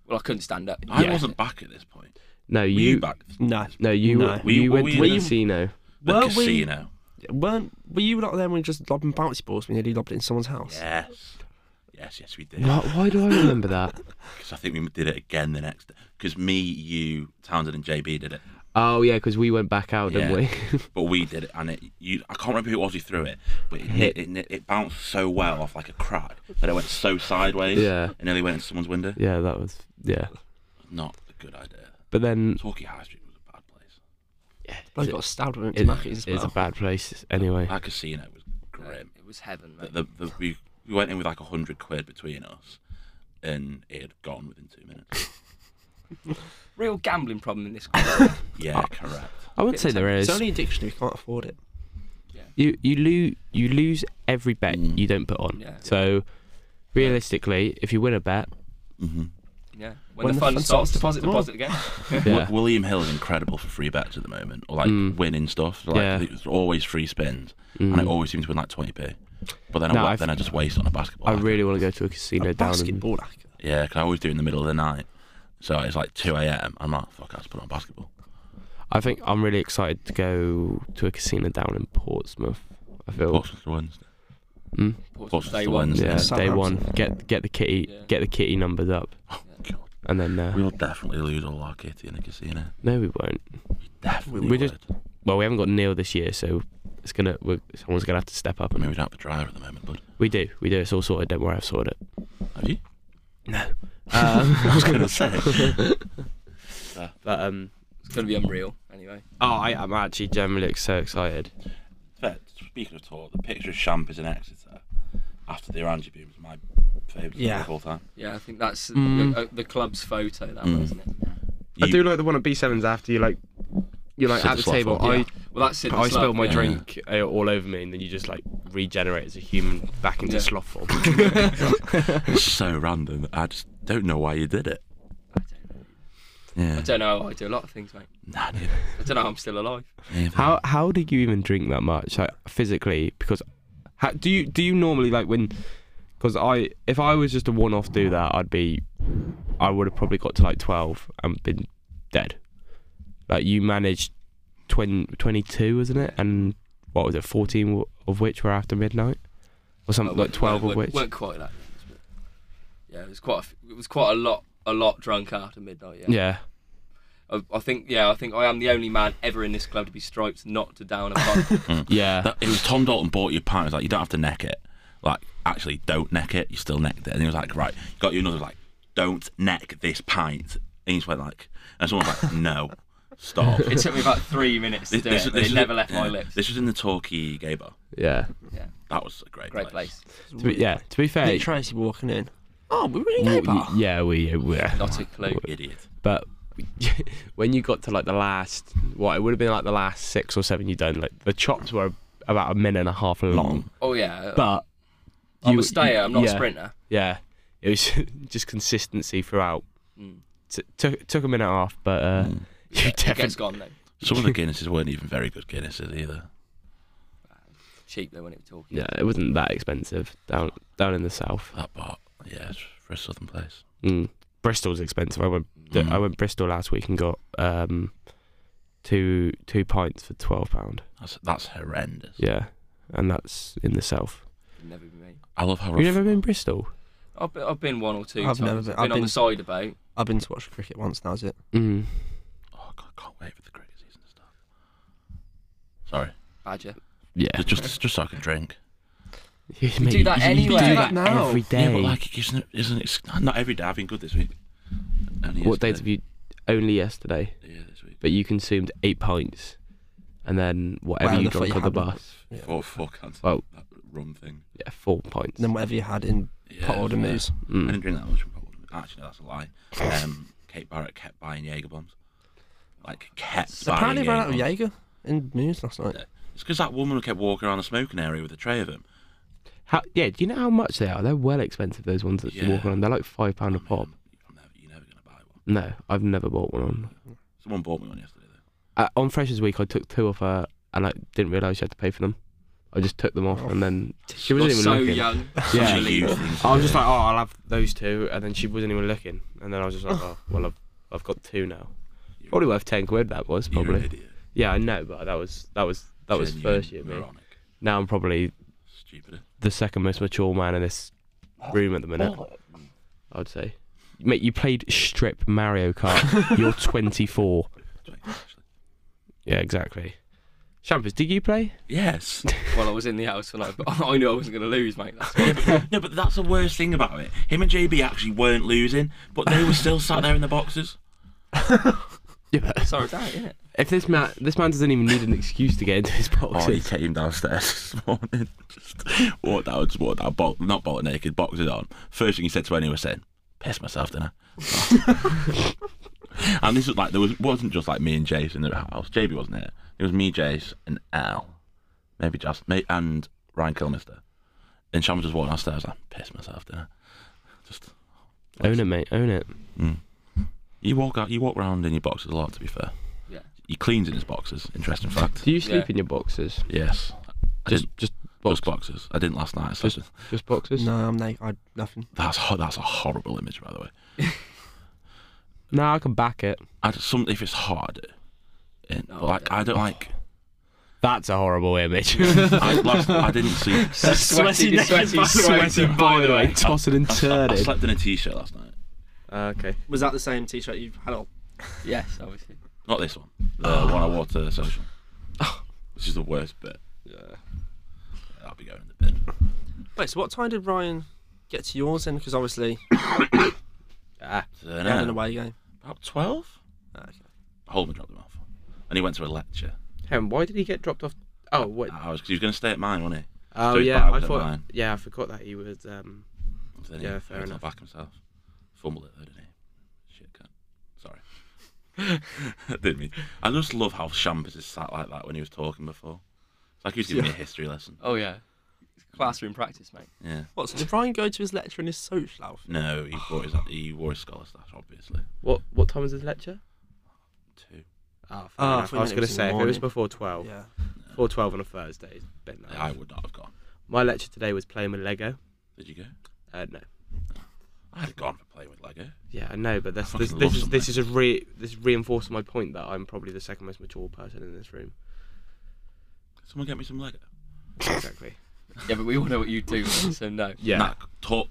F: Well, I couldn't stand up.
B: I
D: Yeah.
B: wasn't back at this point.
D: no
B: Were
D: you,
B: you, back? at
E: No.
D: no you
E: No.
D: were-
B: Were you-
D: you
B: were
D: went to
B: we
D: the
B: in-
D: casino.
B: *laughs* The
E: Weren't we-
B: casino.
E: Weren't were you not there when we just lobbing bouncy balls? We nearly lobbed it in someone's house.
B: Yes. Yes, yes, we did.
D: Why, why do I remember that?
B: Because I think we did it again the next. Because me, you, Townsend, and JB did it.
D: Oh yeah, because we went back out, didn't
B: Yeah.
D: we? *laughs*
B: But we did it, and it. You, I can't remember who it was who threw it, but it, hit, it, it, bounced so well off like a crack that it went so sideways.
D: Yeah.
B: It nearly went in someone's window.
D: yeah, that was yeah.
B: Not a good idea.
D: But then
B: Torquay High Street was a bad place.
E: Bloke got stabbed with
D: it,
E: it, as well.
D: it's a bad place anyway.
B: That casino was grim.
F: It was heaven, mate.
B: The, the, the, we, we went in with like a hundred quid between us, and it had gone within two minutes.
F: Real gambling problem in this. country.
D: Oh.
B: Yeah, correct.
D: I would say there is.
E: It's only addiction if you can't afford it.
D: you you lose you lose every bet
B: Mm.
D: you don't put on.
F: Yeah.
D: So realistically, if you win a bet, Mm-hmm.
B: hmm
F: yeah, when, the fun stops, deposit, deposit again.
D: yeah,
B: William Hill is incredible for free bets at the moment, or like
D: Mm.
B: winning stuff. So, like
D: Yeah.
B: it's always free spins, and I
D: Mm.
B: always seem to win like twenty p. But then
D: No,
B: I wa-
D: I've-
B: then I just waste on a basketball.
D: I
B: racket.
D: really want to go to a casino
E: A
D: down in
E: basketball hacker.
B: yeah, 'cause I always do it in the middle of the night. So it's like two a.m. I'm like, fuck, I just put on basketball.
D: I think I'm really excited to go to a casino down in Portsmouth. I feel
B: Portsmouth to Wednesday.
D: Mm.
F: Deposit
B: Portsmouth
F: day
B: to
F: one.
B: Wednesday.
D: yeah, day
E: Southampton.
D: one. Get get the kitty
F: Yeah.
D: get the kitty numbers up,
B: Oh, God.
D: and then uh,
B: We'll definitely lose all our kitty in the casino.
D: no, we won't.
B: Definitely.
D: We
B: We
D: just- Well, we haven't got Neil this year, so it's gonna we're, someone's gonna have to step up.
B: I
D: And
B: mean, we don't have a driver at the moment, bud.
D: we do, we do. It's all sorted. Don't worry, I've sorted *laughs* it.
B: Have you?
D: No,
B: I was going to *laughs* say.
D: Um, but um,
F: It's gonna be unreal. Anyway,
D: oh, I am actually generally so excited.
B: But speaking of tour, the picture of Champ is in Exeter after the Orange Boom is my favourite
E: Yeah.
B: of all time.
F: yeah, I think that's
D: Mm.
F: the, uh, the club's photo. That
B: Mm.
F: one, isn't it?
B: You,
D: I do like the one at B sevens after you like you're like
B: Sit
D: at the
B: the slot
D: table.
B: for
D: I
F: Yeah. Well, that's it.
D: I spilled my
B: yeah.
D: drink uh, all over me, and then you just like regenerate as a human back into
F: Yeah.
D: sloth form.
B: *laughs* It's so random. I just don't know why you did it.
F: I
B: Yeah.
F: don't know. I do a lot of things, mate.
B: Nah, dude.
F: I don't know. how I'm still alive.
B: Yeah,
D: How how did you even drink that much like, physically? Because how, do you do you normally like when? Because I if I was just a one off do that, I'd be I would have probably got to like twelve and been dead. Like you managed 20, 22, wasn't it? And what was it? Fourteen w- of which were after midnight, or something Uh, like twelve
F: Weren't-
D: of which.
F: weren't quite that. but- Yeah, it was quite. A, f- it was quite a lot. A lot drunk after midnight. Yeah.
D: Yeah.
F: I, I think. Yeah, I think I am the only man ever in this club to be striped, not to down a pub.
D: Yeah.
B: That- it was Tom Dalton bought your pint. He was like, you don't have to neck it. Like, actually, don't neck it. You still necked it. And he was like, right, got you another. Like, don't neck this pint. And he just went like, and someone was like, no, stop.
F: *laughs* it took me about three minutes to do it. but it never left my
B: yeah,
F: lips.
B: This was in the Torquay gay bar.
D: yeah.
B: That was a great,
F: Great place.
D: To be, yeah. To be fair,
E: Nick Tracy walking in. Oh, we were in a gay
D: w-
E: bar.
D: yeah, we, we yeah.
F: Not a clue.
B: Idiot.
D: But *laughs* when you got to like the last, what it would have been like the last six or seven you done, like the chops were about a minute and a half long,
F: Oh yeah,
D: Mm. but
F: I'm
D: you-
F: a stayer. I'm not
D: yeah.
F: a sprinter.
D: yeah, it was *laughs* just consistency throughout.
F: Mm.
D: T- took took a minute off, but uh, *laughs* you
F: It gets
D: definitely
F: gone though.
B: Mm. Some
F: *laughs*
B: of the Guinnesses weren't even very good Guinnesses either.
F: Cheap though when it was talking.
D: yeah, it wasn't that expensive down down in the south.
B: That part, yeah, it's for a southern place.
D: Mm. Bristol's expensive. I went
B: Mm.
D: I went Bristol last week and got um two two pints for twelve pound.
B: That's that's horrendous.
D: Yeah, and that's in the south.
F: It'd never be me.
B: I love how
D: Have you
B: ref-
D: ever been Bristol?
F: I've been, I've been one or 2
E: I've
F: times.
E: never been-
F: I've been,
E: I've
F: on
E: been-
F: the side about.
E: I've been to watch cricket once. Now's it.
D: Mm.
B: oh god, I can't wait for the cricket season to start. Sorry,
F: Badger.
D: Yeah,
B: just just, just so I can drink.
D: you,
F: do that anyway.
E: Do
F: Yeah.
E: that now.
D: every day.
B: Yeah, but like, isn't it, isn't it? Not every day. I've been good this week. Only
D: what days have
B: yesterday.
D: you? Only yesterday,
B: Yeah, this week.
D: but you consumed eight pints, and then whatever
E: Well,
D: you
E: I thought
D: drank
E: you
D: on the
E: had them.
D: bus.
E: Yeah.
B: Four, four cans.
D: Well-
B: that rum thing.
D: Yeah, four pints.
E: Then whatever you had in
B: Yeah,
E: pot order
B: isn't it?
E: moves.
B: I
D: Mm.
B: didn't drink that much from pot order. Actually, no, that's a lie. Um, *laughs* Kate Barrett kept buying Jaeger bombs. Like kept. buying
E: Apparently ran out of
B: Jaeger bombs.
E: Jaeger in moves last night.
B: It's because that woman kept walking around the smoking area with a tray of them.
D: How, yeah, do you know how much they are? They're well expensive. Those ones that you walk
B: Yeah.
D: around, they're like five pound a pop.
B: I'm never, you're never gonna buy one.
D: No, I've never bought one on.
B: Someone bought me one yesterday though.
D: Uh, on Freshers Week, I took two off her, and I didn't realise you had to pay for them. I just took them off, and then she wasn't
F: You're
D: even
F: so
D: looking.
F: young.
D: Yeah.
B: Such a huge thing.
D: I was just like, oh, I'll have those two, and then she wasn't even looking, and then I was just like, oh, well, I've, I've got two now. "Oh, Probably worth ten quid. That was
B: You're an
D: probably.
B: idiot.
D: Yeah, I know, but that was that was that was
B: Genuine
D: first year me.
B: moronic.
D: Now I'm probably
B: Stupid.
D: the second most mature man in this room at the minute. I'd say. Mate, you played strip Mario
F: *laughs*
D: Kart. You're 24.
B: Actually.
D: Yeah, exactly. Champers, did you play?
B: Yes.
F: Well, I was in the house when I, *laughs* I knew I wasn't going to lose, mate. That's
B: Yeah, but- no, but that's the worst thing about it. Him and JB actually weren't losing, but they were still sat there in the boxes.
D: Yeah.
F: sorry, that isn't it?
D: If this man, this man doesn't even need an excuse to get into his
B: Oh, he
F: *laughs*
D: boxes.
B: came downstairs *laughs* this morning, just walked out, just walked out, bolt, not bolt naked, boxes on. First thing he said to anyone was saying, "Piss myself, didn't I?" *laughs* and this was like there was wasn't just like me and Jace in the house. JB wasn't here. It was me, Jace, and Al, maybe just me and Ryan Kilmister. And Sean was just walking downstairs, like, "Piss myself, didn't I?" Just
D: own it, mate. Own it.
B: you Mm. walk out, you walk round in your boxes a lot. To be fair,
F: Yeah.
B: he cleans in his boxes. Interesting fact.
D: Do you sleep
F: Yeah.
D: in your boxes?
B: Yes, I
D: Just,
B: didn't-
D: just,
B: just boxes. I didn't last night. I slept
D: just, just boxes.
E: No, I'm naked. I nothing.
B: That's ho- that's a horrible image, by the way.
D: No, I can back it.
B: I just, some if it's hard, and
F: No,
D: Oh,
B: but, like I don't
D: *laughs*
B: like.
D: That's a horrible image.
B: I, last, I didn't see.
D: *laughs*
F: Sweaty, sweaty, sweaty, by the way.
D: Tossing and
B: I
D: turning.
B: slept in a t-shirt last night.
G: Uh,
D: okay.
E: Was that the same T-shirt you've had on?
F: Yes, obviously.
B: Not this one. The
D: Ah.
B: one I wore to the social. This is the worst bit. Yeah, I'll be going in the bin.
E: Wait, so what time did Ryan get to yours in? Because obviously
B: So,
E: he had an
B: no,
E: away game. Ah,
B: about twelve.
E: Okay.
B: Holman dropped him off, and he went to a lecture.
G: Hem, why did he get dropped off?
B: Uh,
G: Oh, what?
B: I was 'cause he was going to stay at mine, wasn't he?
G: Oh,
B: so he
G: yeah, I
B: bowed at
G: thought.
B: mine.
G: Yeah, I forgot that he was. Um,
B: So then
G: Yeah,
B: he
G: fair
B: went to
G: enough.
B: Back himself. Fumbled it though, didn't he? Shit, cunt. Sorry. *laughs* didn't mean. I just love how Shampers is sat like that when he was talking before. It's like he was giving me a history lesson.
F: Oh yeah. Classroom practice, mate.
B: Yeah.
E: What? So did Ryan go to his lecture in his social outfit?
B: No, he wore his he wore his scholar stash, obviously.
G: what? What time was his lecture?
B: Too. Ah,
G: Oh, fair
E: Oh, I
G: enough.
E: thought
G: I,
E: you
G: was
E: meant it
G: going
E: was
G: to
E: in
G: say
E: the
G: if it was
E: morning.
G: before twelve.
E: Yeah.
G: Before twelve on a Thursday, it's been nice.
B: I would not have gone.
G: My lecture today was playing with Lego.
B: Did you go?
G: Uh, no.
B: I'd have gone for playing with Lego.
G: Yeah, I know, but that's,
B: I
G: this
B: fucking
G: this
B: love
G: is
B: them,
G: this
B: mate.
G: is a re this reinforcing my point that I'm probably the second most mature person in this
B: *laughs*
G: room.
B: Could someone get me some Lego.
G: Exactly.
F: Yeah, but we all know what you do, mate, so no.
G: Yeah.
B: Nah, talk.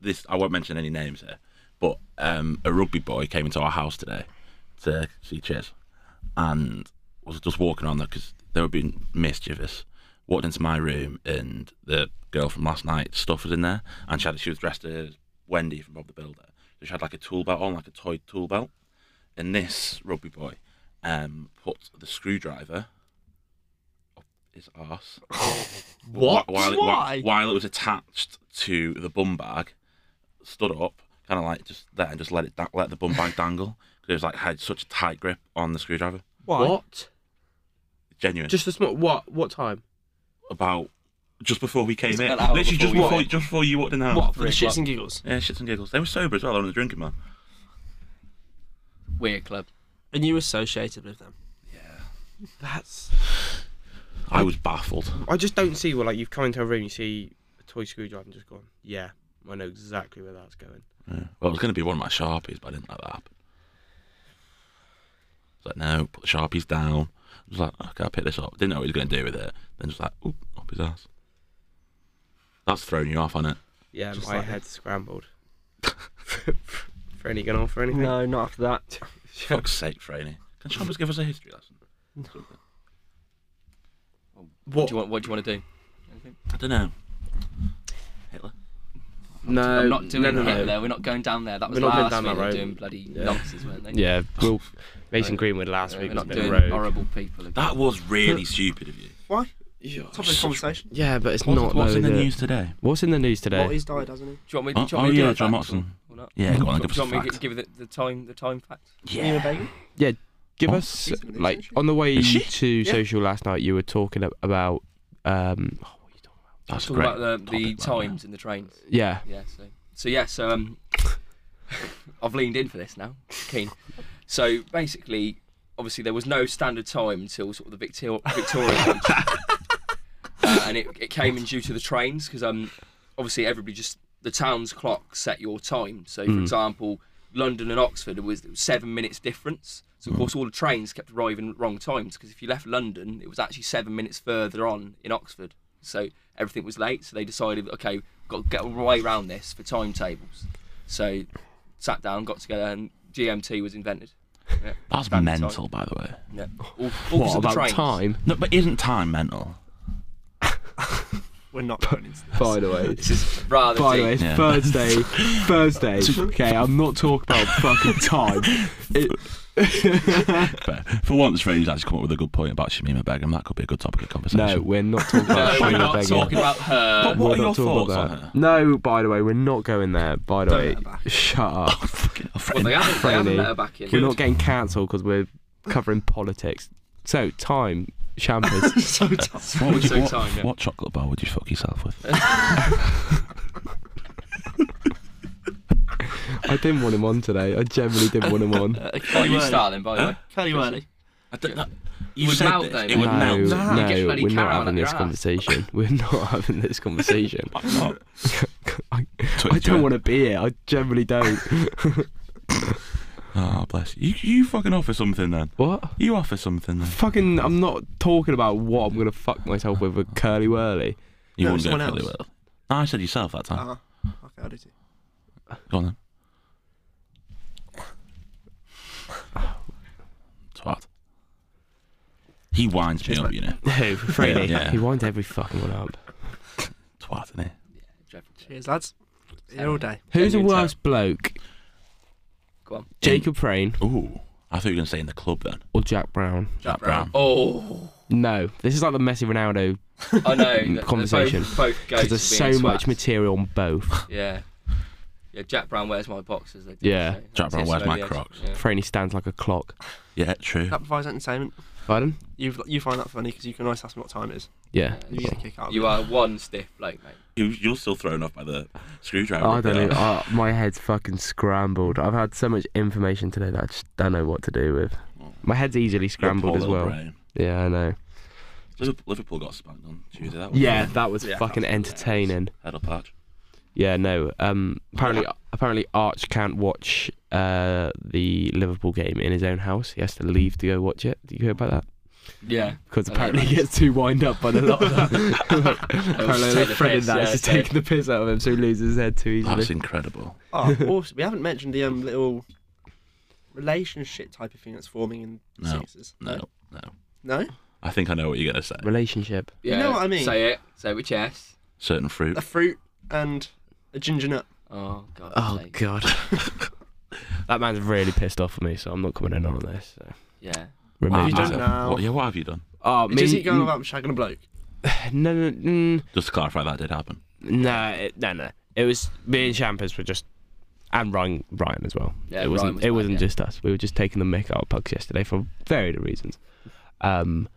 B: This I won't mention any names here, but um, a rugby boy came into our house today to see Chiz, and was just walking on there because they were being mischievous. Walked into my room and the girl from last night stuff was in there, and she had she was dressed as Wendy from Bob the Builder. So she had like a tool belt on, like a toy tool belt, and this rugby boy um, put the screwdriver up his arse. Wh- While it, wh-
E: Why?
B: While, it was attached to the bum bag, stood up. kind of like just there and just let it da- let the bum bag dangle because it was like had such a tight grip on the screwdriver.
H: Why?
G: What?
B: Genuine.
H: Just a small. What? What time?
B: about just before we came
F: Just
B: in,
F: an hour
B: literally just
F: before we
B: before
F: came.
B: just before you walked in the house.
E: What for the
F: Three
E: shits
F: o'clock.
E: and giggles?
B: Yeah, shits and giggles. They were sober as well. They were on the drinking man.
F: Weird club.
E: And you associated with them?
H: That's.
B: I was baffled.
H: I just don't see where like you've come into a room, you see a toy screwdriver, and just gone. Yeah, I know exactly where that's going.
B: Yeah. Well, it was going to be one of my sharpies, but I didn't let that happen. I was like, no, put the sharpies down. I was like, okay, I'll pick this up. Didn't know what he was going to do with it. Then just like, oop, up his ass. That's thrown you off, on it?
H: Yeah,
B: Just
H: my
B: like-
H: head's scrambled. *laughs* for any gun off or anything?
E: No, not after that.
B: Fuck's sake, Franny. Can Sharpies give us a history lesson?
F: What
H: What?
F: do you want? What do you want to do?
B: I don't know. Hitler.
H: No,
F: I'm not doing
H: no, no, no.
F: Hitler. We're not going down there. That was
H: We're not going down
F: last week.
H: that
F: They were
H: road.
F: doing bloody
H: Yeah.
F: nonsense, weren't they?
D: Yeah, well,
H: *laughs* Mason Greenwood last
F: Yeah,
H: week
F: We're
H: was a
F: not
H: bit
F: doing
H: rogue.
F: horrible people. again.
B: That was really stupid of you.
E: Why?
H: Yeah.
E: Top of the conversation.
D: yeah, but it's
B: What's,
D: not.
B: what's
D: though,
B: in the
D: is it?
B: news today?
D: What's in the news today?
E: Well, he's died, hasn't he?
F: Do you want me?
B: Oh,
F: do you want me
B: oh,
F: to do
B: yeah,
F: a
B: John
F: fact or-
B: Watson.
F: or not?
B: Yeah, go on,
F: Do
B: give us
F: you
B: a
F: want me to
B: fact.
F: gi- give the, the time the time fact?
E: Nina Bagan?
D: Give
B: Oh.
D: us
E: She's in the
D: like
E: news,
D: on the way
B: Is she?
D: to
E: Yeah.
D: social last night. You were talking ab- about um,
B: That's
F: Talk
B: great.
F: about the, the
B: topic, right
F: times in the trains.
D: yeah,
F: Yeah. So so yeah. So um, *laughs* I've leaned in for this now. Keen. So basically, obviously there was no standard time until sort of the Victor- Victoria, launch. uh, and it, it came in due to the trains because um, obviously everybody just the town's clock set your time. So for
D: Mm.
F: example, London and Oxford it was, it was seven minutes difference. So of course all the trains kept arriving at wrong times because if you left London, it was actually seven minutes further on in Oxford. So everything was late. So they decided, okay, we've got to get a way around this for timetables. So sat down, got together, and GMT was invented.
B: That's
F: Standard time.
B: mental, by the way.
F: Yeah. All, all
D: what
F: of the
D: about
F: trains.
D: time?
B: No, but isn't time mental?
E: We're not going into this.
D: By the way,
F: This is
D: *laughs*
F: rather
D: by the
F: deep.
D: way, it's
B: Yeah.
D: Thursday. Thursday. Okay, I'm not talking about fucking time. It,
B: Fair. For once, Freddie's actually come up with a good point about Shamima Begum. That could be a good topic of
D: no,
B: conversation.
D: we're not talking about.
F: No, we're
D: Shona
F: not
D: Beggar.
F: talking about
B: But
F: her.
B: what
D: We're
B: are
D: not
B: your
D: talking
B: thoughts
D: about
B: on
D: that.
B: her?
D: No, by the way, we're not going there. By the
E: Don't
D: way,
E: let her back.
D: shut up.
B: *laughs* Fucking- I
F: Well, *laughs*
B: fucking-
F: they haven't, they haven't
D: Friendly.
F: let her back in.
D: We're not getting cancelled because we're covering politics. So time, champers.
B: *laughs*
E: so tough.
B: What, would
F: so
B: you, what,
F: time, yeah.
B: what chocolate bar would you fuck yourself with?
D: I didn't want him on today. I generally didn't want him on.
F: Are you starting, by the way?
E: Kelly Worley.
B: I don't, that, you
F: would
B: said
F: melt,
B: this, *laughs*
F: though,
B: it would
F: wouldn't
D: no,
B: melt.
F: Nah, you get
D: no,
F: bloody
D: we're not
F: caramel
D: having
F: up your
D: this
F: ass.
D: conversation.
B: *laughs*
D: We're not having this conversation. I,
B: Twitch,
D: I don't
B: yeah.
D: want to be here. I generally
B: *laughs*
D: don't.
B: Oh, bless you. you. You fucking offer something then.
D: what?
B: You offer something then.
D: Fucking, I'm not talking about what I'm gonna fuck myself with a curly whirly.
B: You
E: No,
B: wouldn't go
E: someone
B: really
E: else.
B: well. No, I said yourself that time.
E: Uh-huh. Okay, I do *laughs* too.
B: Go on then. Twat. He winds me up, you know.
D: Who? Freely.
B: Yeah.
D: He winds every fucking one up.
B: Twat, innit?
E: Cheers, lads. Here all day.
D: Who's the
F: Genuine
D: worst bloke?
F: Go on.
D: Jacob Frayne
B: Ooh. I thought you were going to say in the club then.
D: or Jack Brown?
B: Jack Brown.
F: Oh,
D: No, this is like the Messi Ronaldo *laughs*
F: I know. that
D: Conversation.
F: Both, both go
D: because
F: to
D: there's
F: being
D: so much
F: swats.
D: material on both.
F: Yeah. Yeah, Jack Brown wears my boxes. They did
D: Yeah.
F: say.
B: Jack Brown
F: That's it,
B: wears
F: so
B: my
F: yeah,
B: Crocs.
F: yeah.
D: Franny stands like a clock.
B: Yeah, true.
E: That provides entertainment.
D: Pardon?
E: You've, you find that funny because you can always ask me what time it is.
D: Yeah.
E: You get a kick out of
F: You
E: it.
F: are one stiff bloke, mate.
B: You, you're still thrown off by the screwdriver. uh,
D: I don't know. I, my head's fucking scrambled. I've had so much information today that I just don't know what to do with. My head's easily
B: Your
D: scrambled
B: poor
D: as
B: little
D: well.
B: brain.
D: Yeah, I know.
B: Liverpool, Liverpool got spanked on Tuesday. That was
D: Yeah,
B: fun.
D: that was
B: Yeah,
D: fucking
B: that was-
D: entertaining.
B: Head up arch.
D: Yeah, no. Um, apparently, apparently, Arch can't watch uh, the Liverpool game in his own house. He has to leave to go watch it. Did you hear about that?
F: Yeah.
D: Because
F: I know
D: apparently
F: that.
D: he gets too wind up by the lot. apparently,
F: take
D: the
F: the
D: friend in
F: piss,
D: that
F: yeah,
D: is just
F: take-
D: taking the piss out of him, so he loses his head too easily.
B: That's incredible.
E: *laughs* Oh, awesome. We haven't mentioned the um, little relationship type of thing that's forming in
B: No.
E: sixes.
B: No, no.
E: No?
B: I think I know what you're going to say.
D: Relationship.
F: yeah.
E: know what I mean?
F: Say it. Say it with chest.
B: Certain
D: *laughs*
B: fruit.
E: A fruit and a ginger nut.
F: Oh, God.
D: Oh
F: sake.
D: god. *laughs* that man's really pissed off at me, so I'm not coming in on this. So.
F: Yeah.
D: Remove
E: you
D: yourself.
E: don't know.
B: What, yeah, what have you done?
D: Oh,
E: It
D: me,
E: Just keep going about shagging a bloke.
D: *sighs* No, no, mm,
B: Just to clarify, that did happen.
D: no, it- no, no. It was me and Champers were just and Ryan Ryan as well.
F: Yeah,
D: it wasn't
F: Ryan was
D: it
F: mad,
D: wasn't
F: yeah.
D: just us. We were just taking the mick out of pugs yesterday for varied reasons. Um,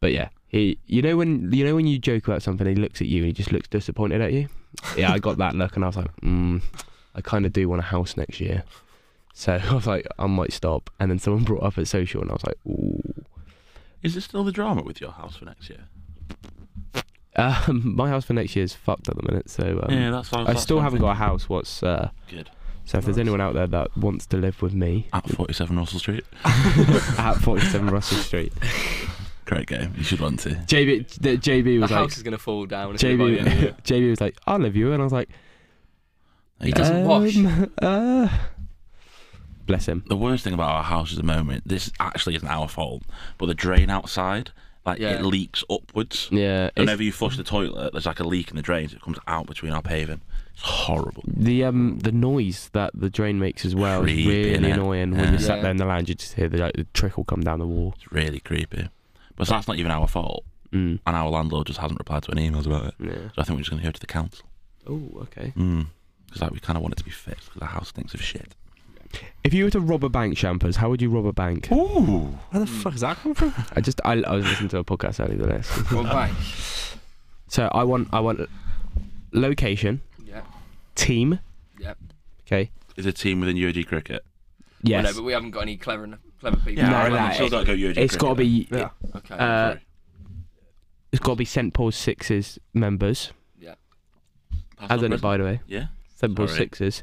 D: but yeah, he you know when you know when you joke about something, he looks at you and he just looks disappointed at you. Yeah, I got that look and I was like, mm, I kind of do want a house next year. So *laughs* I was like, I might stop. And then someone brought up at social and I was like, ooh.
B: Is there still the drama with your house for next year?
D: Um, my house for next year is fucked at the minute, so um,
B: yeah, that's.
D: I still haven't got a house. What's uh,
B: Good.
D: so? If there's anyone out there that wants to live with me
B: At 47 Russell Street.
D: at 47 Russell Street,
B: Great game. You should run to.
D: JB, the, JB
F: The
D: was like,
F: house is going to fall down. if we
D: *laughs*
F: buy it.
D: JB, JB was like, I'll live you, and I was like,
F: He doesn't
D: um,
F: wash.
D: *laughs* Uh, bless him.
B: The worst thing about our house at the moment, this actually isn't our fault, but the drain outside, like
F: Yeah.
B: it leaks upwards.
D: Yeah, it's-
B: Whenever you flush the toilet, there's like a leak in the drains. It comes out between our paving. It's horrible.
D: the um the noise that the drain makes as well is
B: Creepy,
D: really
B: innit?
D: annoying. When you
B: Yeah.
D: sat there in the lounge, you just hear the, like, the trickle come down the wall.
B: It's really creepy. But that's not even our fault,
D: Mm.
B: and our landlord just hasn't replied to any emails about it.
D: Yeah.
B: So I think we're just going to go to the council.
D: Oh, okay.
B: Because like we kind of want it to be fixed because our house stinks of shit.
D: If you were to rob a bank, Shampers, how would you rob a bank?
B: Ooh.
E: Where the fuck is that coming from?
D: I just I, I was listening to a podcast earlier than this.
F: Well, right.
D: So I want I want location,
F: Yeah.
D: team.
F: Yep.
D: Okay.
B: Is a team within UAG cricket?
F: Well,
D: Yes.
F: no, but we haven't got any clever enough, clever people.
D: No,
B: I
D: no,
B: reckon we still got to go UAG
D: it's got to be
E: Yeah.
F: Okay.
D: uh, it's got to be St Paul's Sixes members. As in it, by the way,
B: Yeah.
D: St Paul's
B: Sorry.
D: Sixes.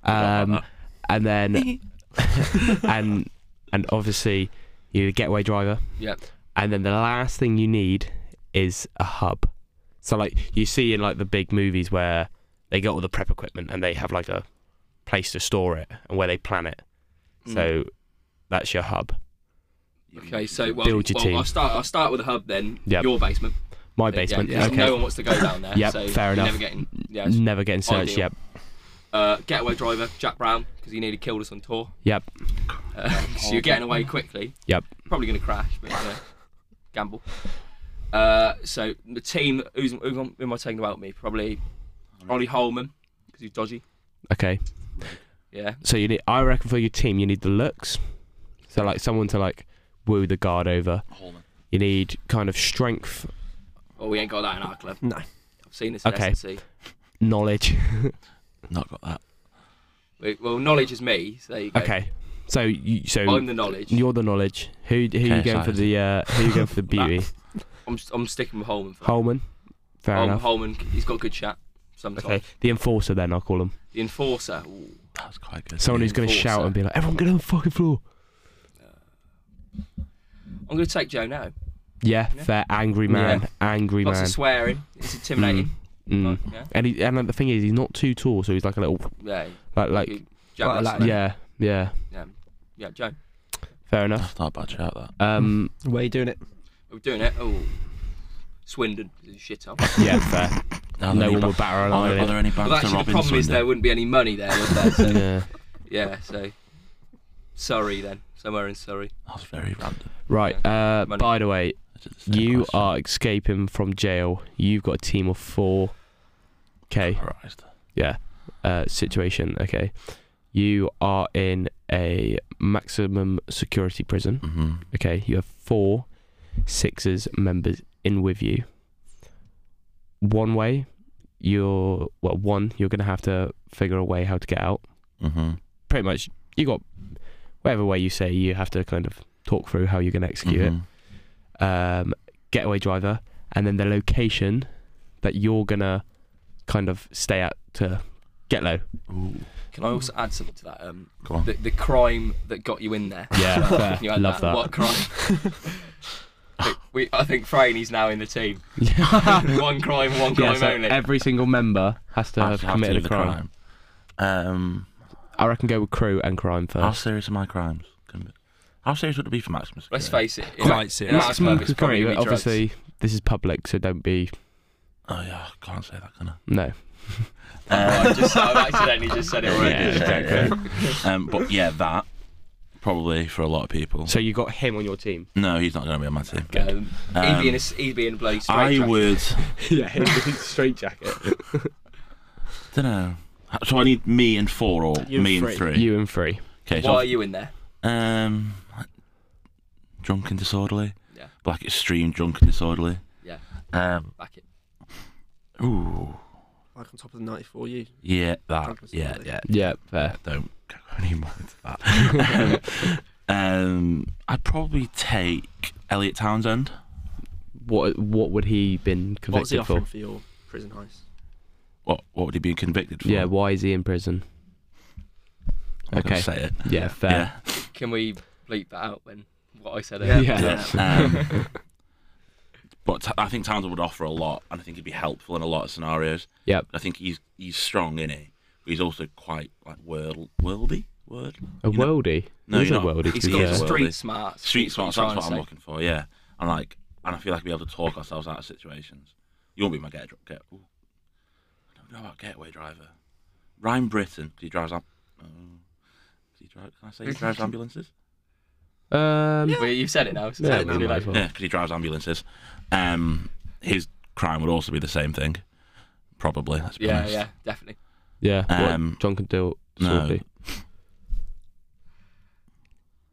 B: Forgot about
D: Um, and
F: *laughs*
D: then *laughs*
B: *laughs*
D: and and obviously you're the getaway driver.
F: Yep.
D: And then the last thing you need is a hub. So like you see in like the big movies where they get all the prep equipment and they have like a place to store it and where they plan it.
F: Hmm.
D: So that's your hub.
F: Okay, so well,
D: Build your
F: well,
D: team.
F: I'll start. I'll start with the hub then.
D: Yep.
F: Your basement.
D: My
F: Yeah,
D: basement.
F: Yeah, 'cause
D: okay.
F: No one wants to go down there.
D: Yep,
F: so
D: fair
F: you're
D: enough.
F: Never getting. Yeah. it's-
D: Never getting searched.
F: Ideal.
D: Yep.
F: Uh, getaway driver Jack Brown because he nearly killed us on tour.
D: Yep.
F: Uh, *laughs* so you're getting away quickly.
D: Yep.
F: Probably going to crash, but you know, gamble. Uh, so the team who's, who's on, who am I taking about me? Probably Ollie Holman because he's dodgy.
D: Okay.
F: Yeah.
D: So you need. I reckon for your team, you need the looks. So like someone to like woo the guard over.
B: Holman.
D: You need kind of strength,
F: Well, we ain't got that in our club.
E: No.
F: I've seen this in
D: Okay.
F: S&C. *laughs*
D: knowledge.
B: Not got that.
F: We- Well, knowledge is me. So there you go.
D: okay. So you so
F: I'm the knowledge.
D: you're the knowledge. Who who you
B: Okay,
D: going for
B: sorry.
D: the uh, who you going
F: *laughs*
D: for the beauty?
F: I'm, I'm sticking with Holman. For that.
D: Holman. Fair
F: Hol-
D: enough.
F: Holman, he's got good chat sometimes.
D: Okay. The enforcer then I'll call him.
F: The enforcer. ooh,
B: That's quite good.
D: Someone who's going to
F: enforcer.
D: shout and be like, "Everyone get on the fucking floor."
F: I'm going to take Joe now.
D: Yeah,
F: Yeah.
D: fair. Angry man. Angry
F: Lots
D: man.
F: of swearing. It's intimidating.
D: Mm.
F: Like, yeah.
D: And he, and like, the thing is, he's not too tall, so he's like a little
F: Yeah.
D: like like
F: you- Jack
E: Well,
F: Russell,
E: like-
F: yeah.
D: yeah yeah.
F: yeah. Yeah, Joe.
D: Fair enough.
B: That's not a bad shout, that.
D: Um,
E: Where are you doing it?
F: We're doing it. Oh. Swindon. is a Shit up.
D: yeah, fair.
B: Are there
D: no
B: any
D: one
B: ba-
D: would batter an
B: are,
D: eye
B: there- are
D: on
B: there
D: it.
B: any
F: Well,
B: bands to
F: actually, the
B: Robin
F: problem is there
B: Swindon?
F: wouldn't be any money there, would there? *laughs* So,
D: Yeah.
F: yeah, so. Surrey then. Somewhere in Surrey.
B: That's very random.
D: *laughs* Right. Uh,
F: Money.
D: by the way,
B: It's just the same
D: you
B: question.
D: are escaping from jail. You've got a team of four. Okay.
B: Christ.
D: Yeah. Uh, situation. Okay. You are in a maximum security prison.
B: Mhm.
D: Okay. You have four Sixers members in with you. One way, you're well. One, you're gonna have to figure a way how to get out. mm-hmm,
B: Mhm.
D: pretty much you got whatever way you say you have to kind of talk through how you're going to execute
B: Mhm.
D: it um, getaway driver and then the location that you're going to kind of stay at to get low
B: Ooh.
F: Can I also add something to that? Um,
B: Go on.
F: the, the crime that got you in there.
D: *laughs* Yeah,
F: Well,
D: fair.
F: can you add
D: Love that.
F: What crime?
D: *laughs*
F: we, I think Franey's now in the team. *laughs* one crime, one crime
D: yeah, so
F: only.
D: every single member has to
B: I
D: have
B: have to
D: committed
B: do
D: a
B: the
D: crime.
B: crime. Um,
D: i reckon go with crew and crime
B: how
D: first
B: serious are my crimes? Can be- How serious would it be for maximum
F: Let's
B: security?
F: face it. in
E: Quite
F: our-
E: serious.
F: in our
D: Maximum
F: club, it's probably
D: security,
F: gonna be
D: but obviously this is public so don't be
B: Oh, yeah, I can't say that, can
F: *laughs*
B: I?
D: no
F: drugs.
B: Um,
F: Right, just, I've accidentally just said it already.
B: yeah,
F: *laughs*
B: yeah. Um, but yeah, that probably for a lot of people.
D: so you got him on your team
B: No, he's not going to be on my team.
F: Um, he'd be in a, s- he'd be in a *laughs* bloody straight
B: I
F: jacket.
B: would. *laughs*
H: yeah, straight jacket.
B: Don't know. So I need me and four or
E: You and
B: me
E: three.
B: and three.
D: You and three.
B: okay,
F: Why
B: so
F: are you in there?
B: um, drunk and disorderly.
F: Yeah.
B: But like extreme drunk and disorderly.
F: Yeah.
B: Um.
F: Back it.
B: Ooh.
E: Like on top of the 94 you.
B: Yeah. That.
E: Drunk and
B: Yeah.
E: disorderly.
B: Yeah.
D: Yeah, fair.
B: Don't go any more into that.
F: *laughs*
B: um. I'd probably take Elliot Townsend.
D: What what would he been
E: What was he
D: convicted
E: offering
D: for?
E: for? your prison heist?
B: What What would he be convicted for?
D: Yeah, why is he in prison?
B: I'm not gonna
D: okay.
B: Say it.
D: Yeah, fair.
F: Can we bleep that out when what I said?
E: Yeah.
F: earlier?
D: Yeah.
B: Yeah. *laughs* Um, but t- I think Townsend would offer a lot, and I think he'd be helpful in a lot of scenarios.
D: Yep.
B: I think he's he's strong in it, but he's also quite like world worldy word.
D: A
B: You know-
D: worldie.
B: No,
D: He's
B: you're
D: a
B: not.
D: worldie.
F: He's
D: to be
F: got
B: Yeah.
D: fair.
F: street smarts.
B: Street smart.
F: That's
B: That's
F: what
B: what I'm
F: I'm
B: looking for. Yeah, and like, and I feel like we'll be able to talk ourselves out of situations. You won't be my get get. Ooh, I don't know about getaway driver. Ryan Britton. 'cause He drives up. Oh, does he drive? Can I say he *laughs* drives ambulances?
D: Um,
F: Well, you've said it now. So
D: Yeah,
F: technically,
D: we might
F: like,
D: as well.
B: Yeah, because he drives ambulances. Um, his crime would also be the same thing, probably. Let's be
F: yeah,
B: honest.
F: yeah, definitely.
D: yeah. what,
B: Um,
D: John can do
B: no.
D: sorty.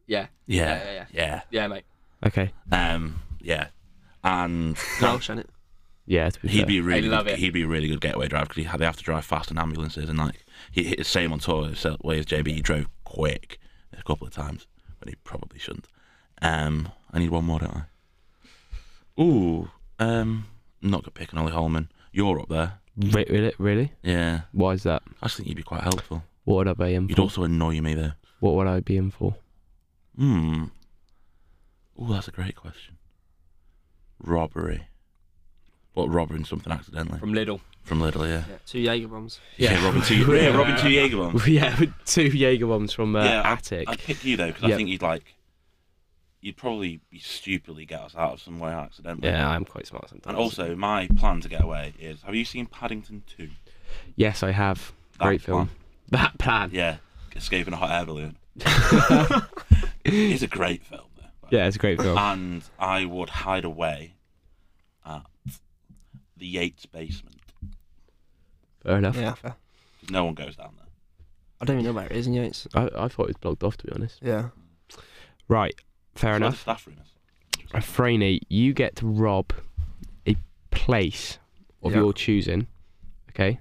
F: Yeah,
B: yeah,
F: Yeah, yeah,
B: yeah,
F: yeah, mate.
D: Okay.
B: Um, yeah, and
E: Welsh, ain't it?
D: Yeah, to be fair.
B: he'd be a really,
F: love
B: good,
F: it.
B: he'd be a really good getaway driver because they have to drive fast in ambulances and like he hit the same on tour as way as JB. He drove quick a couple of times when he probably shouldn't. Um, I need one more, don't I? Ooh, um, not good picking Ollie Holman. You're up there.
D: Re- really, really?
B: Yeah,
D: Why is that?
B: I just think you'd be quite helpful.
D: What would I be in
B: You'd
D: for?
B: also annoy me though.
D: What would I be in for? *laughs*
B: Hmm. Oh, that's a great question. Robbery. What, robbing something accidentally? From,
F: From Lidl.
B: Little, yeah.
E: Two Jaeger bombs.
B: Yeah, robbing two, *laughs* yeah, robbing two Jaeger ones.
D: yeah, with two Jaeger bombs from uh,
B: Yeah,
D: attic.
B: I'd pick you though, because
D: Yeah.
B: I think you'd like, you'd probably be stupidly get us out of somewhere accidentally.
D: yeah, I'm quite smart sometimes.
B: And also, my plan to get away is have you seen Paddington 2?
D: yes, I have.
B: That
D: Great film. That plan.
B: plan. Yeah, escaping a hot air
D: *laughs*
B: balloon. it's a great film though. by the
D: Yeah, it's a great
B: *laughs*
D: film.
B: and I would hide away at the Yates basement.
D: Fair enough.
E: Yeah, fair.
B: 'cause No one goes down there.
E: I don't even know where it is in Yates.
D: I, I thought it was blocked off, to be honest.
E: Yeah.
D: Right, fair
B: It's where the
D: enough.
B: Staff room is.
D: Uh, Franey, you get to rob a place of
E: Yeah.
D: your choosing. Okay.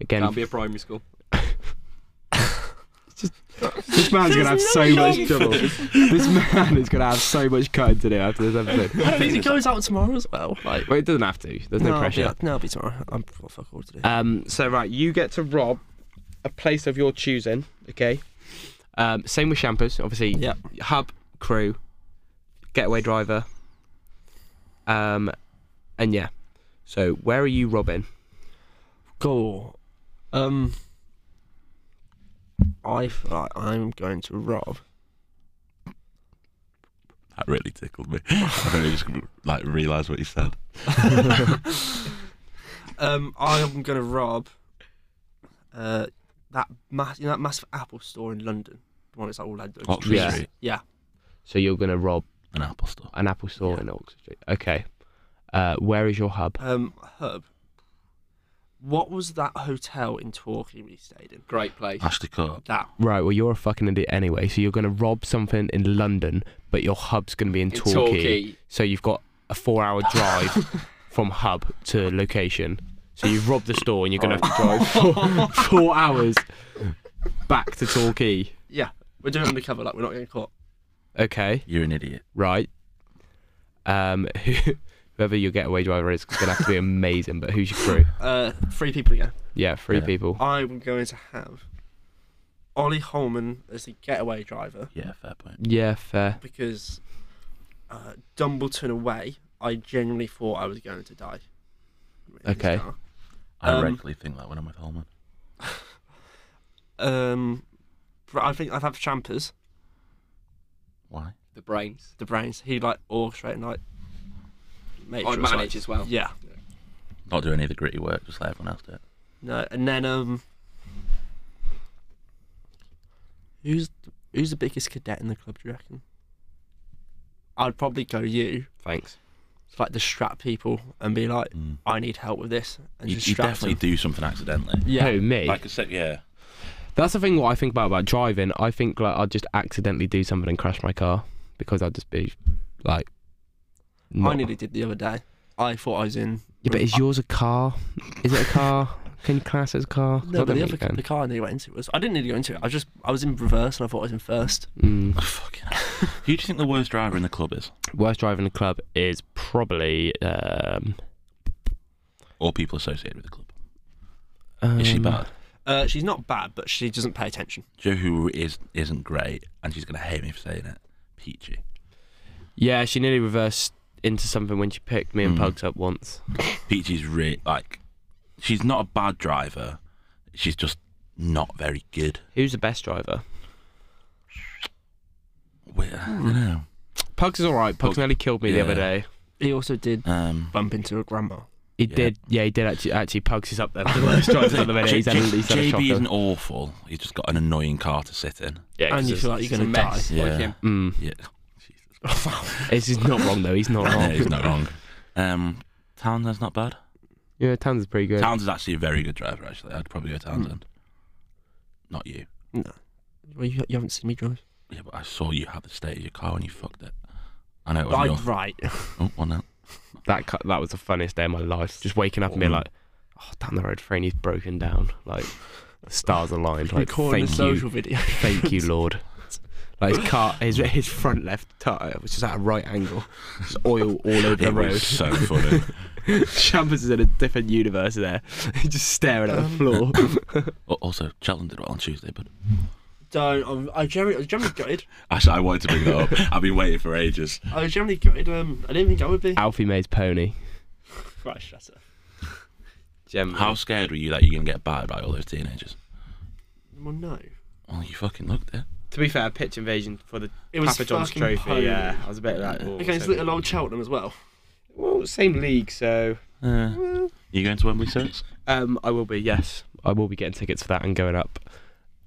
D: Again,
F: Can't be a primary school.
D: this man's gonna have so much trouble. *laughs* this man is gonna have so much cutting to do after this episode.
E: I don't think it goes out tomorrow as well. Like,
D: Well, it doesn't have to. There's no,
E: I'll be-
D: pressure.
E: no, it'll be tomorrow. I'm I've got fuck all to do.
D: Um,
H: So right, you get to rob a place of your choosing. Okay.
D: um, same with Shampers, obviously.
E: yeah.
H: Hub crew,
D: Getaway driver. Um, and yeah. So where are you robbing?
E: Go. Um. I feel like I'm going to rob. *laughs*
B: That really tickled me. I don't just like realise what you said.
E: Um, I'm going to rob. Uh, that mass, you know, that massive Apple store in London. The one that's like all London.
B: Oxford
D: Yeah.
B: Street,
E: Yeah.
D: So you're gonna rob
B: an Apple store.
D: an Apple store
E: Yeah.
D: in Oxford Street. Okay. Uh, where is your hub?
E: Um, Herb. What was that hotel in Torquay we stayed in?
F: Great place.
B: Ashley Court.
E: That
D: Right, well, you're a fucking idiot anyway. So you're going to rob something in London, but your hub's going to be in
F: In
D: Torquay.
F: Torquay.
D: So you've got a four hour drive from hub to location. So you've robbed the store and you're going to have to drive four, four hours back to Torquay.
E: Yeah, we're doing it undercover, like we're not getting caught.
D: Okay,
B: You're an idiot.
D: right. Um, *laughs* whoever your getaway driver is, is going to have to be amazing, but who's your crew?
E: Uh, three people again.
D: Yeah, three
B: Yeah.
D: people.
E: I'm going to have Ollie Holman as the getaway driver
B: Yeah, fair point.
D: Yeah, fair.
E: because uh, Dumbleton away, I genuinely thought I was going to die. in his
D: Okay.
E: car.
B: I
E: Um,
B: regularly think that when I'm with Holman.
E: Um, but I think I've had Champers,
B: Why?
F: The brains.
E: the brains. He like orchestrate and like make sure
F: I'd
E: it's, like-
F: manage as well.
E: Yeah.
B: Not do any of the gritty work, just let everyone else do it.
E: No, and then um, who's who's the biggest cadet in the club? Do you reckon? I'd probably go you.
D: Thanks.
E: to like distract people and be like,
B: Mm.
E: I need help with this, and
B: You,
E: just
B: you
E: distract
B: definitely
E: them.
B: do something accidentally.
E: Yeah.
D: Who, me?
B: Like I said, yeah.
D: That's the thing. What I think about about driving, I think like I'd just accidentally do something and crash my car because I'd just be like,
E: I
D: not-
E: nearly did the other day. I thought I was in.
D: Yeah, but is yours a car? Is it a car? *laughs* Can you class it as a car?
E: No,
D: 'Cause
E: but
D: I don't
E: the
D: think
E: other
D: you
E: the car I nearly went into was I didn't nearly go into it. I just I was in reverse and I thought I was in first.
D: can. Mm.
B: *laughs* Fucking hell. Who do you think the worst driver in the club is?
D: Worst driver in the club is probably. Um,
B: Or people associated with the club? Is she
D: um,
B: bad?
E: Uh, she's not bad, but she doesn't pay attention.
B: Do you know who is isn't great, and she's gonna hate me for saying it. Peachy.
D: Yeah, she nearly reversed into something when she picked me and
B: Mm.
D: Pugs up once.
B: Peachy's re- like, she's not a bad driver. She's just not very good.
D: Who's the best driver?
B: We- I don't know.
D: Pugs is all right. Pugs
B: Pugs-
D: nearly killed me the other
B: yeah.
D: day.
E: He also did
B: Um,
E: bump into a grandma.
D: He
B: Yeah.
D: did. Yeah, he did actually. Actually, Pugs is up there. for The worst *laughs* drivers at the minute.
B: J-
D: He's had,
B: J-
D: he's had a
B: JB
D: shocker.
B: isn't awful. He's just got an annoying car to sit in.
D: Yeah, 'cause
E: and you
D: it's-
E: feel like you're
F: It's a
E: gonna die.
F: mess.
B: Yeah.
F: Like him.
D: Mm.
B: Yeah,
D: It's just not wrong though. He's not
B: *laughs* *laughs* no,
D: wrong.
B: he's not wrong. Um, Townsend's not bad.
D: Yeah, Hmm. Towns is pretty good.
B: Townsend's actually a very good driver. Actually, I'd probably go Townsend. Not you.
E: *laughs* Well, you, you haven't seen me drive.
B: Yeah, but I saw you have the state of your car when you fucked it. I know it
E: I,
B: was your.
E: right.
B: Oh, one out.
D: That cu- that was the funniest day of my life. Just waking up and being
B: Mm.
D: like, oh, down the road, Franny's broken down. Like, the stars
E: *laughs*
D: aligned. Like,
E: Recording a
D: thank you,
E: social video. *laughs*
D: thank you, Lord. Like his car, his his front left tire was just at a right angle, just oil all over the
B: It
D: road.
B: was so
D: *laughs*
B: funny.
D: Shampers is in a different universe there, *laughs* just staring at the floor.
B: Al- Oh, Also, Cheltenham did well on Tuesday, but
E: Don't. I'm, I generally, I was generally gutted.
B: *laughs* actually, I wanted to bring that *laughs* up. I've been waiting for ages.
E: I was generally gutted. Um, I didn't think I would be.
D: Alfie May's pony.
E: Right, shut up.
D: Gem.
B: How scared were you that you're gonna get battered by all those teenagers?
E: Well, no.
B: Well, you fucking looked there.
H: To be fair, pitch invasion for the
E: It was
H: Papa John's
E: fucking
H: trophy.
E: pony.
H: Yeah, I was a bit like. "Oh,
E: Against
H: same
E: little
H: league."
E: old Cheltenham as well.
H: Well, same league, so
B: Uh, you going to
H: *laughs*
B: Wembley Saints?
H: um, I will be. Yes,
D: I will be getting tickets for that and going up.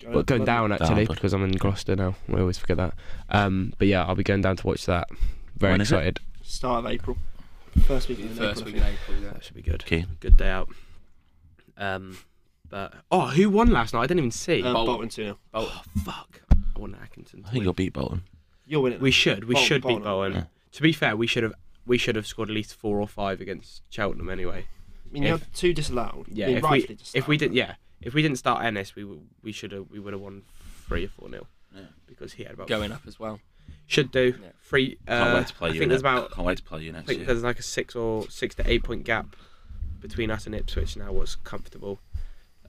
D: Well,
E: up
D: going
E: to
D: down
B: Down,
D: actually
B: bud.
D: because I'm in Gloucester now. I always forget that. Um, but yeah, I'll be going down to watch that. Very
B: When is it?
D: excited.
E: Start of April. First week. in
F: First
E: April, I
F: week
E: think.
F: in April, yeah.
H: that should be good.
B: Okay.
H: Good day out. Um, but oh, who won last night? I didn't even see.
E: Um,
F: Bolton.
E: Bolton 2
H: oh fuck! I won Atkinson.
B: Uh, I think you'll beat Bolton.
E: You'll win it.
H: We should. We
E: Bolton,
H: should beat
E: Bolton.
H: Bowen.
B: Yeah.
H: To be fair, we should have. We should have scored at least four or five against Cheltenham anyway.
E: I mean, you
H: if-
E: have two disallowed.
H: Yeah,
E: I mean,
H: if
E: rightfully
H: we
E: disallowed.
H: if we didn't yeah if we didn't start Ennis, we w- we should have we would have won three or four nil.
B: Yeah.
H: Because he had about
F: Going up as well.
H: should do
F: Yeah.
H: three. Uh,
B: Can't wait to play
H: I
B: you.
H: think
B: next.
H: there's about
B: Can't wait to play you
H: I
B: next
H: think
B: year.
H: there's like a six or six to eight point gap between us and Ipswich now. What's comfortable,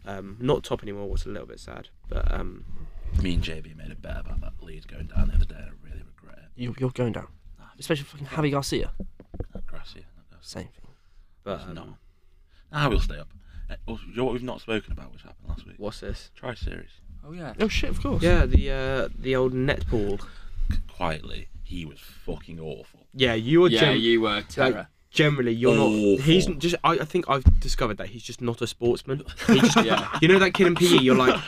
H: um, not top anymore. What's a little bit sad, but um,
B: Me and JB made a bet about that lead going down the other day. and I really regret it.
E: You, you're going down. Especially fucking Javi Garcia.
B: Not grassy. not grassy.
E: Same thing.
H: but
B: It's not.
H: um,
B: Ah, we'll stay up. Uh, also, you know what we've not spoken about, which happened last week?
H: what's this?
B: Try series.
F: Oh yeah.
E: Oh shit! Of course.
H: Yeah, the uh, the old netball.
B: Quietly, he was fucking awful.
H: Yeah, you or
F: Yeah,
H: Jim.
F: you were terror.
H: generally, you're
B: Awful.
H: not. He's just. I, I think I've discovered that he's just not a sportsman. He just,
F: Yeah.
H: You know that kid in PE. You're
F: *laughs*
H: like,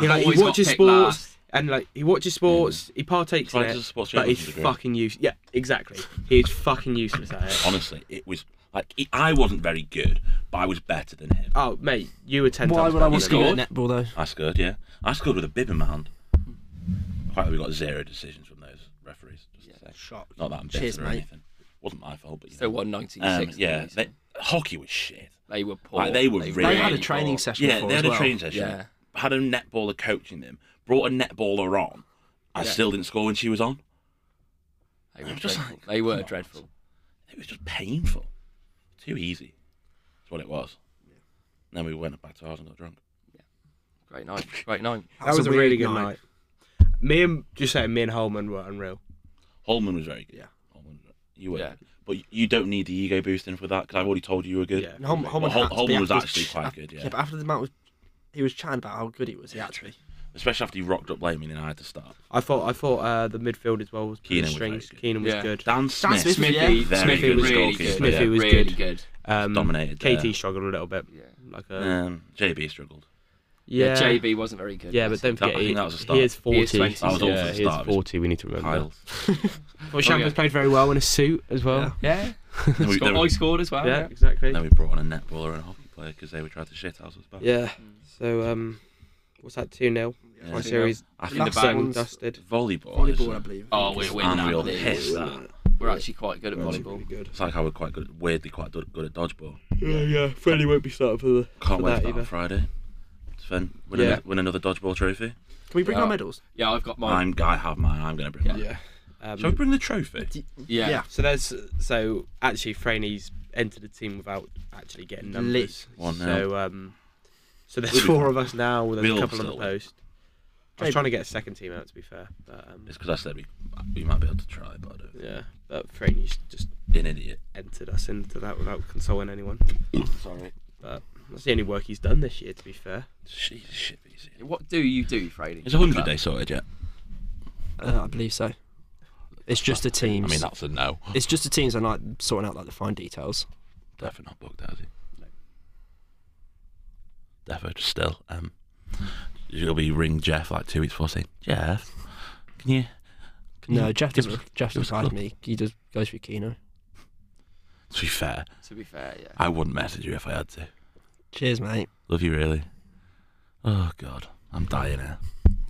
H: you're like
F: Always
H: he
F: got
H: watches
F: picked
H: sports
F: last.
H: and like he watches sports. He partakes in
B: Tries to
H: it,
B: Mm. sports
H: but he's
B: journalism degree.
H: fucking useless. Yeah, exactly. He's fucking useless at it.
B: Honestly, it was like he, I wasn't very good, but I was better than him.
H: Oh mate, you were ten
E: Why
H: times
E: would I
H: better
E: want to
H: than
E: be
H: him.
E: at netball though?
B: I scored, yeah. I scored with a bib in my hand. Quite, we got zero decisions from those referees. Just to say.
E: Shocked.
B: Not that I'm
E: Cheers,
B: bitter or
E: mate.
B: anything. Wasn't my fault, but you
F: Still
B: know.
F: won 96.
B: Um, yeah,
F: didn't
B: they, hockey was shit.
F: They were poor.
B: Like, they were really
E: They had a training
F: poor.
E: session.
B: Yeah,
E: before
B: they
E: as
B: had a
E: well.
B: training session.
F: Yeah.
B: Had a netballer coaching them. Brought a netballer on. I
F: Yeah.
B: still didn't score when she was on.
F: They were
B: I'm just
F: dreadful.
B: like,
F: They
B: come
F: were
B: on.
F: dreadful.
B: It was just painful. Too easy. That's what it was. And then we went back to ours and got drunk.
F: Great night. Great night.
H: That was a really
E: weird
H: good night. Me and just saying, me and Holman were unreal.
B: Holman was very good.
E: Yeah.
B: Holman, you were.
F: Yeah.
B: But you don't need the ego boosting for that because I've already told you you were good.
H: Yeah.
E: And Hol- Holman,
B: Well, Hol-
E: had to be
B: Holman
E: after
B: was
E: his-
B: actually quite
E: af-
B: good, yeah.
E: Yeah, but after the amount was, he was chatting about how good he was. He actually.
B: Especially after he rocked up late, meaning I had to start.
H: I thought I thought uh, the midfield as well was
B: Keenan
H: Keenan
B: was very
H: strings.
B: good.
H: Keenan was
F: Yeah.
H: good.
B: Dan Smith,
E: Smith,
B: Smith
E: yeah.
B: very
F: Smithy
B: good
F: was really
B: goalkeeper,
F: good.
H: Smithy
B: yeah.
H: was
F: really
H: good.
F: good.
H: Um,
B: dominated there.
H: KT struggled a little bit.
F: Yeah.
H: Like uh, a,
B: um, JB struggled.
H: yeah, yeah,
F: JB wasn't very good.
H: but
F: was
H: don't
B: That- I
H: forget he,
B: think that was a start.
H: he is forty.
F: He is 20.
B: That was all for
D: yeah,
B: the
D: he is
B: start.
D: forty. We need to remember.
B: Piles.
H: Well,
F: Oh,
H: Champa's
F: yeah.
H: played very well in a suit as well.
F: he? Yeah.
B: *laughs*
H: *laughs*
B: Then we,
F: Sco-
B: then,
F: I
B: we,
F: scored as well.
H: yeah,
F: Yeah.
H: exactly.
B: then we brought on a netballer and a hockey player because they were trying to shit us. Back.
H: Yeah. So um, what's that? Two 0
B: Yeah.
H: My
E: Two
H: series
B: I think
E: Last
B: the band
E: one's
H: dusted.
B: volleyball.
E: Volleyball,
B: isn't
E: I
B: it?
E: believe.
F: Oh, we're winning that
B: Unreal
F: league.
B: piss. That.
F: We're actually quite good at
G: Well,
F: volleyball.
G: really good.
B: It's like how we're quite good, weirdly quite do- good at dodgeball.
H: Yeah, yeah. Freddie won't be starting for the.
B: Can't
H: For
B: wait
H: that
B: for that on
H: either.
B: Friday. Sven, win,
H: Yeah.
B: another, win another dodgeball trophy.
E: Can we bring
F: Yeah.
E: our medals?
F: Yeah, I've got mine.
B: I'm, I have mine. I'm going to bring
F: Yeah.
B: mine.
H: Yeah. Um,
B: Shall we bring the trophy?
F: Yeah.
E: Yeah.
H: So there's so actually Franey's entered the team without actually getting numbers.
B: One now.
H: So um, so there's
B: We'll be
H: four
B: fine.
H: of us now. There's
B: We'll
H: a couple on the
B: still win.
H: post. I was trying to get a second team out to be fair, but um,
B: It's because I said we, we might be able to try, but I don't think.
H: yeah, but Franey's just
B: An idiot.
H: entered us into that without consoling anyone.
B: Sorry.
H: But that's the only work he's done this year, to be fair.
B: She's a shit piece.
F: What do you do, Freddie?
B: It's a 100 day sorted yet.
E: Uh, I believe so. It's just the teams.
B: I mean, that's a no.
E: it's just the teams and like sorting out like the fine details.
B: Definitely not booked, has he? Defo just still. Um, you'll be ring Jeff like two weeks before saying, Jeff, can you? Can
E: No,
B: you
E: Jeff
B: give
E: doesn't.
B: us-"
E: Jeff
B: give us
E: doesn't
B: a
E: hide
B: clue.
E: me. He just goes through Keno.
B: To be fair,
F: To be fair, yeah.
B: I wouldn't message you if I had to.
E: Cheers, mate.
B: Love you really. Oh God, I'm dying here.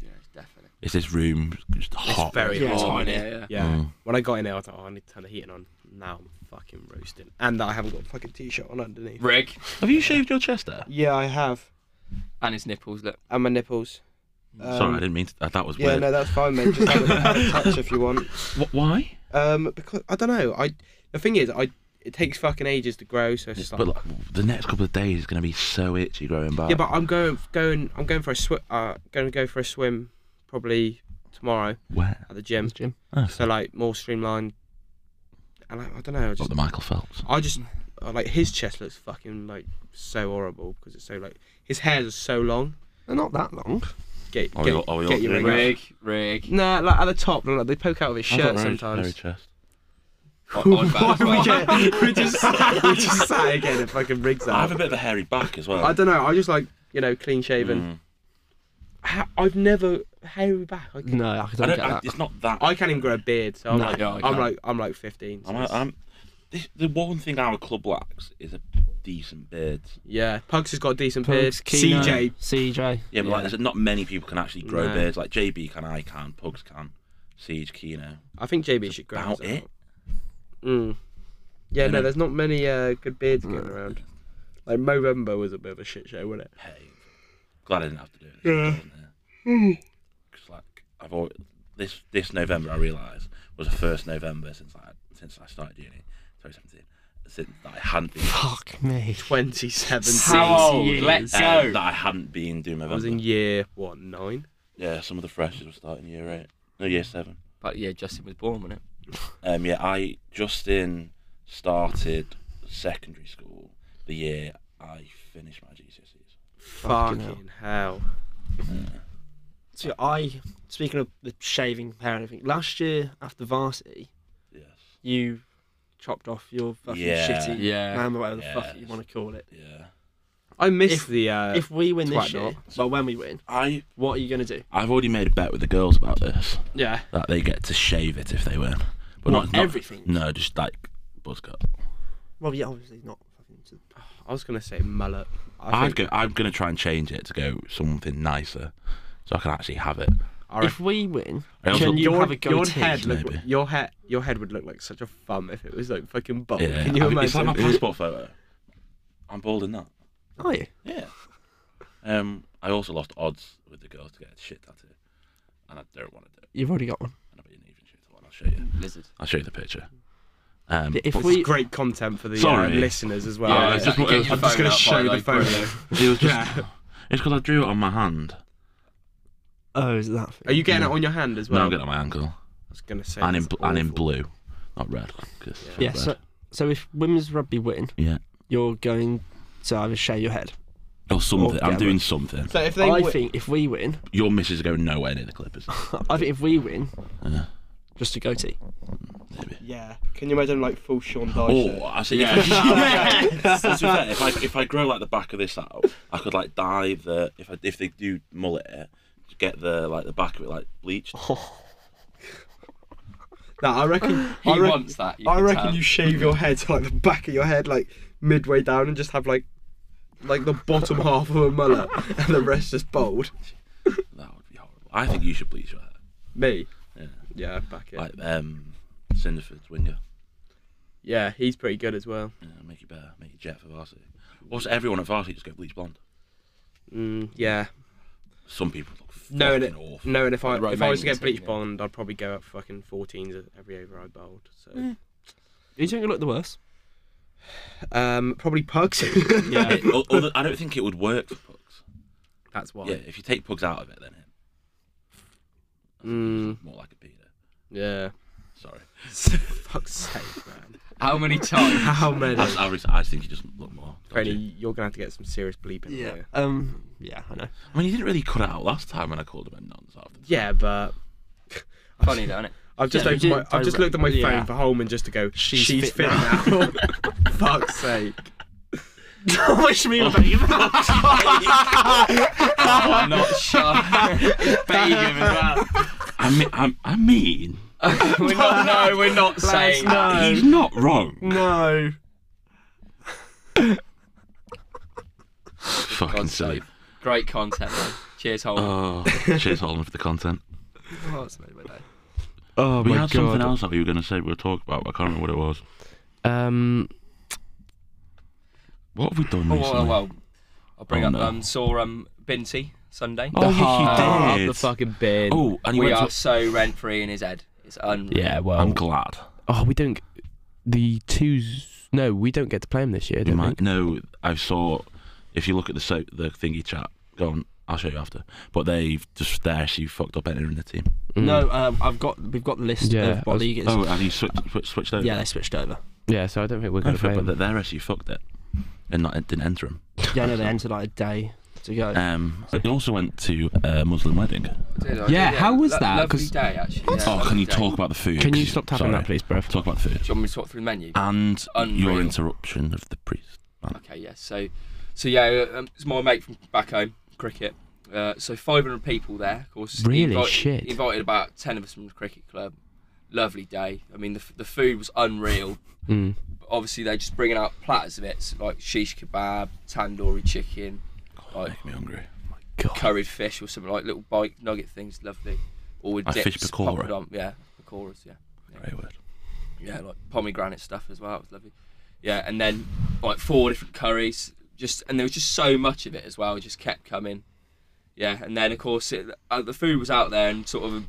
F: Yeah, definitely.
B: Is this room just hot?
H: very
E: Yeah, it's
H: hot.
E: hot in
F: yeah,
E: here.
F: yeah.
H: Yeah.
B: Mm.
H: When I got in there, I was like, oh, I need to turn the heating on. Now I'm fucking roasting, and I haven't got a fucking t-shirt on underneath.
F: Rig
B: Have you shaved your chest there?
H: Yeah, I have,
F: and his nipples. Look,
H: and my nipples.
B: Sorry, I didn't mean to. That, that was
H: Um, Yeah,
B: weird.
H: no, that's fine, mate. Just have a, have
B: *laughs*
H: a touch if you want.
B: Wh- why?
H: Um, because I don't know. I the thing is, I it takes fucking ages to grow. So it's just like,
B: But like, the next couple of days is going to be so itchy growing back.
H: yeah, but I'm going going I'm going for a swim. Uh, going to go for a swim probably tomorrow
B: where?
H: at the gym.
E: Jim.
B: Oh,
H: So like more streamlined. And like, I don't know. I
B: not
H: just
B: the Michael Phelps.
H: I just uh, like his chest looks fucking like so horrible because it's so like his hairs are so long.
E: They're not that long.
H: Get
B: Are we
H: get,
B: all- are we all
H: get your
B: doing
H: ring. out.
F: rig,
H: *laughs*
F: rig.
H: Nah, like at the top, like, they poke out of his
B: I've got
H: shirt
B: very- very
H: sometimes. *laughs*
B: chest.
F: Odd- odd
H: Why
F: band as
H: would
F: well.
H: you-
B: *laughs*
H: we just we just sat again and fucking rigs
B: I
H: out.
B: have a bit of a hairy back as well.
H: I don't know. I just like you know clean shaven.
B: Mm.
H: ha- I've never hairy back. I, can,
E: No, I
B: I
E: don't,
B: don't,
E: get
B: I,
E: that.
B: it's not that.
H: I can't even grow a beard, so I'm
E: No,
H: like,
F: yeah, I
H: I'm
F: can't.
H: like, I'm like 15. so
B: I'm,
H: it's-
B: I'm, this, the one thing our club lacks is a decent beard.
H: yeah, Pugs has got a decent
E: Pugs,
H: beard.
E: Keno,
H: CJ,
E: CJ.
B: Yeah, but like, there's not many people can actually grow
H: No.
B: beards. Like JB can, I can, Pugs can, Siege, Keno.
H: I think JB should grow.
B: About
H: his
B: it.
H: out. Mm. Yeah,
B: You
H: no,
B: know-
H: there's not many uh, good beards going around. Like Movember was a bit of a shit show, wasn't it?
B: Hey, glad I didn't have to do it. Yeah.
H: Hmm.
B: Because like I've always, this this November I realised was the first November since I since I started uni, 2017, since that I hadn't been.
E: Fuck me.
H: 27.
F: How old?
E: years.
F: Let's
B: uh,
F: go.
B: That I hadn't been doing
H: I was in
B: November.
H: year what nine?
B: Yeah, some of the freshers were starting year eight, no year seven.
F: But yeah, Justin was born, wasn't it?
B: Um, yeah, I Justin started secondary school the year I finished my GCSEs.
H: Fucking,
E: hell.
H: hell. Mm-hmm.
E: So I, speaking of the shaving hair and everything, last year after varsity,
B: Yes.
E: you chopped off your fucking
B: Yeah.
E: shitty
F: Yeah.
E: man, or whatever the fuck
B: Yeah.
E: you want to call it.
B: Yeah.
H: I miss
E: If-
H: the. Uh,
E: if we win
H: twat
E: this year, well, when we win,
B: I
E: what are you gonna do?
B: I've already made a bet with the girls about this
H: yeah,
B: that they get to shave it if they win,
E: What,
B: but not, not
E: everything?
B: No, just like buzz cut.
E: Well, yeah, obviously not. fucking to-
H: I was gonna say mullet. I
B: I'd
H: think,
B: go, I'm gonna try and change it to go something nicer, so I can actually have it.
H: I reckon-
E: If we win,
B: I also-
E: can you
H: your,
E: have a
H: your
E: goatee?
H: head look,
B: maybe.
H: your head your head would look like such a thumb if it was like fucking bald.
B: yeah,
H: Can you
B: I mean, it's like
H: imagine?
B: my passport photo. I'm bald in that.
E: Are you?
B: Yeah. Um, I also lost odds with the girls to get a shit tattoo, and I don't want to do it.
E: You've already got one.
B: And I bet you didn't even shoot the one. I'll show you.
F: Lizard.
B: I'll show you the picture. Um,
E: If
H: It's
E: we
H: great content for the uh,
B: Sorry.
H: listeners as well.
B: Yeah,
H: Yeah,
B: it's just-
F: exactly. Get your
H: I'm just
F: phone
H: gonna
F: out,
H: show you the
F: like,
H: photo.
B: it *laughs* was just.
H: Yeah.
B: It's because I drew it on my hand.
E: oh, is that?
H: Are
E: Thing?
H: you getting it on your hand as
B: no,
H: well?
B: I'm getting it on my ankle.
H: I was gonna say.
B: and in
H: that's
B: bl- and in
H: awful.
B: blue, not red. 'cause
H: Yeah.
B: fuck
E: Yeah.
B: red.
E: So, so if women's rugby win,
B: Yeah.
E: you're going to either shave your head.
B: Or something.
E: yeah,
B: I'm doing
E: red.
B: something.
H: So if they,
E: I
H: wi-
E: think if we win, *laughs*
B: Your missus are going nowhere near the Clippers. *laughs*
E: I think if we win,
B: Yeah.
E: just a goatee.
B: Maybe.
H: yeah, can you imagine like full Sean
B: Oh,
H: Dyche?
B: I see. Yeah. *laughs* To be fair, if I if I grow like the back of this out, I could like dye the if I, if they do *laughs* mullet, it, get the like the back of it like bleached.
G: No, I
B: *laughs*
G: reckon.
F: He
G: I, re-
F: wants that.
G: I
F: can
G: reckon
F: tell.
G: you shave your head to like the back of your head, like midway down, and just have like, like the bottom half of a mullet, and the rest just bald.
B: That would be horrible. I think you should bleach your hair.
G: Me.
B: Yeah.
H: Yeah, I'd back it.
B: Like um, Cinderford's winger.
H: Yeah, he's pretty good as well.
B: Yeah, make it better. Make it jet for varsity. Also, everyone at varsity just go bleach blonde.
H: Mm, yeah,
B: Some people look fucking
H: No, and
B: awful.
H: knowing if I
F: Like
H: if I was to
F: Romanian
H: get bleach
F: team, yeah.
H: blonde, I'd probably go up fucking 14s every over I bowled. So
E: You don't look the worst.
H: um, probably pugs. *laughs*
E: *laughs* Yeah.
B: It- o- other- I don't think it would work for pugs.
H: That's why.
B: Yeah, if you take pugs out of it, then it. I think
H: Mm.
F: Mm.
B: it's More like a Peter.
H: Yeah.
B: Sorry.
H: *laughs* Fuck's sake,
E: *laughs*
H: man.
F: How
H: *laughs*
F: many times?
H: How many?
B: I, I, re- I think he just looked more.
H: Freddie,
B: dodgy.
H: you're gonna have to get some serious bleeping. Yeah. Here.
E: Um. Yeah, I know.
B: I mean, he didn't really cut it out last time when I called him a nonce after.
H: Yeah, but
F: Funny, though, isn't it?
H: I've just
E: Yeah, you
H: opened my,
E: didn't
H: I've just looked at my
E: direct- yeah.
H: phone for Holman just to go. She's,
E: She's
H: she's
E: fit
H: fit,
E: *laughs*
H: now. *laughs* Fuck's sake.
E: Wish
B: *laughs*
E: me a baby.
F: Oh, I'm not sure. Beg him as
B: I mean, I'm, I mean,
F: well. *laughs* we're not, no, we're not saying that.
B: he's not wrong.
E: No.
B: Fucking
F: *laughs* God's
B: silly.
F: sake. Great content, though. Cheers, Holman.
B: Oh, cheers, Holland, for the content.
E: Oh, it's made my day.
D: Oh
B: we
D: my
B: had
D: god.
B: something else that we were going to say we were talking about, but I can't remember what it was.
D: Um,
B: What have we done
F: Oh,
B: recently?
F: well, well, I'll bring
B: Oh,
F: up.
B: no.
F: Um, saw um, Binty Sunday.
B: Oh,
F: heart
B: yes,
F: of
B: you did.
F: the
D: fucking bin. Oh,
B: oh, and he
F: we
B: went
F: are
B: to.
F: so rent free in his head. It's unreal.
D: yeah. Well,
B: I'm glad.
D: oh, we don't. The twos. No, we don't get to play him this year.
B: You
D: Don't we?
B: might know. I saw. If you look at the so, the thingy chat, go on. I'll show you after. But they've just they actually fucked up entering the team.
D: Mm.
E: No, um, I've got we've got the list
D: Yeah,
E: of
D: I
E: what
D: was-
E: league it is.
B: Oh, and he switched, switched, switched
H: Oh.
B: over.
E: yeah, they switched over.
D: Yeah, so I don't think we're
B: No,
D: going to play
B: but
D: him.
B: they're actually fucked it and not didn't enter him.
E: Yeah,
H: *laughs*
E: no, they entered like a day to go.
B: Um, he also went to a Muslim wedding.
F: Did I?
D: Yeah, how was
F: Lo-
D: that?
F: Lovely
D: 'Cause-
F: day, actually. Yeah,
B: Oh,
F: lovely
B: can you
F: day.
B: talk about the food?
D: Can you
B: 'Cause
D: stop tapping
B: sorry.
D: that, please, bruv?
B: Talk about the food.
F: Do you want me to talk through the menu?
B: and
F: Unreal.
B: your interruption of the priest.
F: Okay, yeah. So, so yeah, um, it's my mate from back home, cricket. Uh, so 500 people there, of course. he
D: Really?
F: invite-
D: Shit.
F: he Invited about 10 of us from the cricket club. Lovely day. I mean, the, f- the food was unreal.
D: Mm.
F: Obviously, they just bringing out platters of it, so like shish kebab, tandoori chicken, like
B: Make me hungry.
F: curried fish or something like little bite nugget things. Lovely. Or with
B: Like
F: dips,
B: fish pakora?
F: poppadom- Yeah, pakoras. Yeah.
B: Great word.
F: Yeah, like pomegranate stuff as well. It was lovely. Yeah, and then like four different curries, just and there was just so much of it as well. It just kept coming. Yeah, and then of course it, uh, the food was out there and sort of a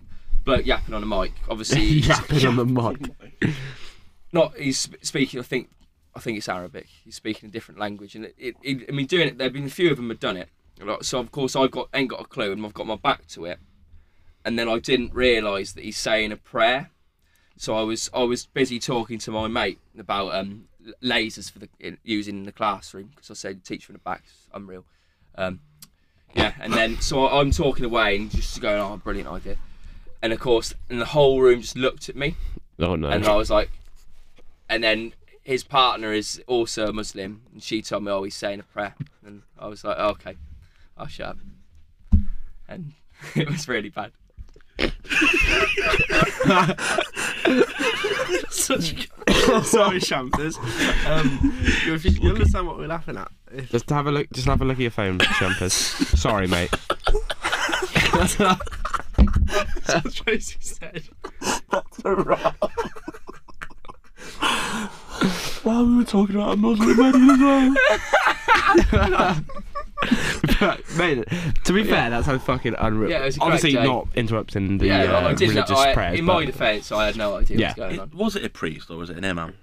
F: bloke yapping on a mic.
D: *laughs*
F: Obviously,
D: Yapping
F: *laughs*
D: on the mic.
F: not he's sp- speaking. I think I think it's Arabic. He's speaking a different language, and it, it, it- I mean, doing it. There've been a few of them have done it. Like, So of course I've got ain't got a clue, and I've got my back to it. And then I didn't realise that he's saying a prayer. So I was I was busy talking to my mate about um, l- lasers for the in, using in the classroom because I said teach from the back, it's unreal. Um, yeah, and then so I, I'm talking away and just going, oh, brilliant idea. And of course, and the whole room just looked at me
D: Oh no.
F: and I was like, and then his partner is also a Muslim, and she told me, "Oh, he's saying a prayer," and I was like, oh, "Okay, I'll shut up," and *laughs* it was really bad.
E: *laughs* Sorry, Shamses. Um,
H: *laughs*
E: if you, you understand what we're laughing at. If,
D: Just have a look. Just have a look at your phone, *laughs* Champers. Sorry, mate.
E: that's what she said.
B: Well, we were talking about a Muslim wedding as well.
D: mate, to be fair, that sounds fucking unreal.
F: Yeah, it was a great
D: Obviously,
F: day.
D: not interrupting the
F: yeah,
D: uh,
F: I didn't.
D: religious
F: I,
D: prayers.
F: in
D: but-
F: my defence, I had no idea
D: Yeah.
F: what was going on.
B: *laughs* was it a priest or was it an imam?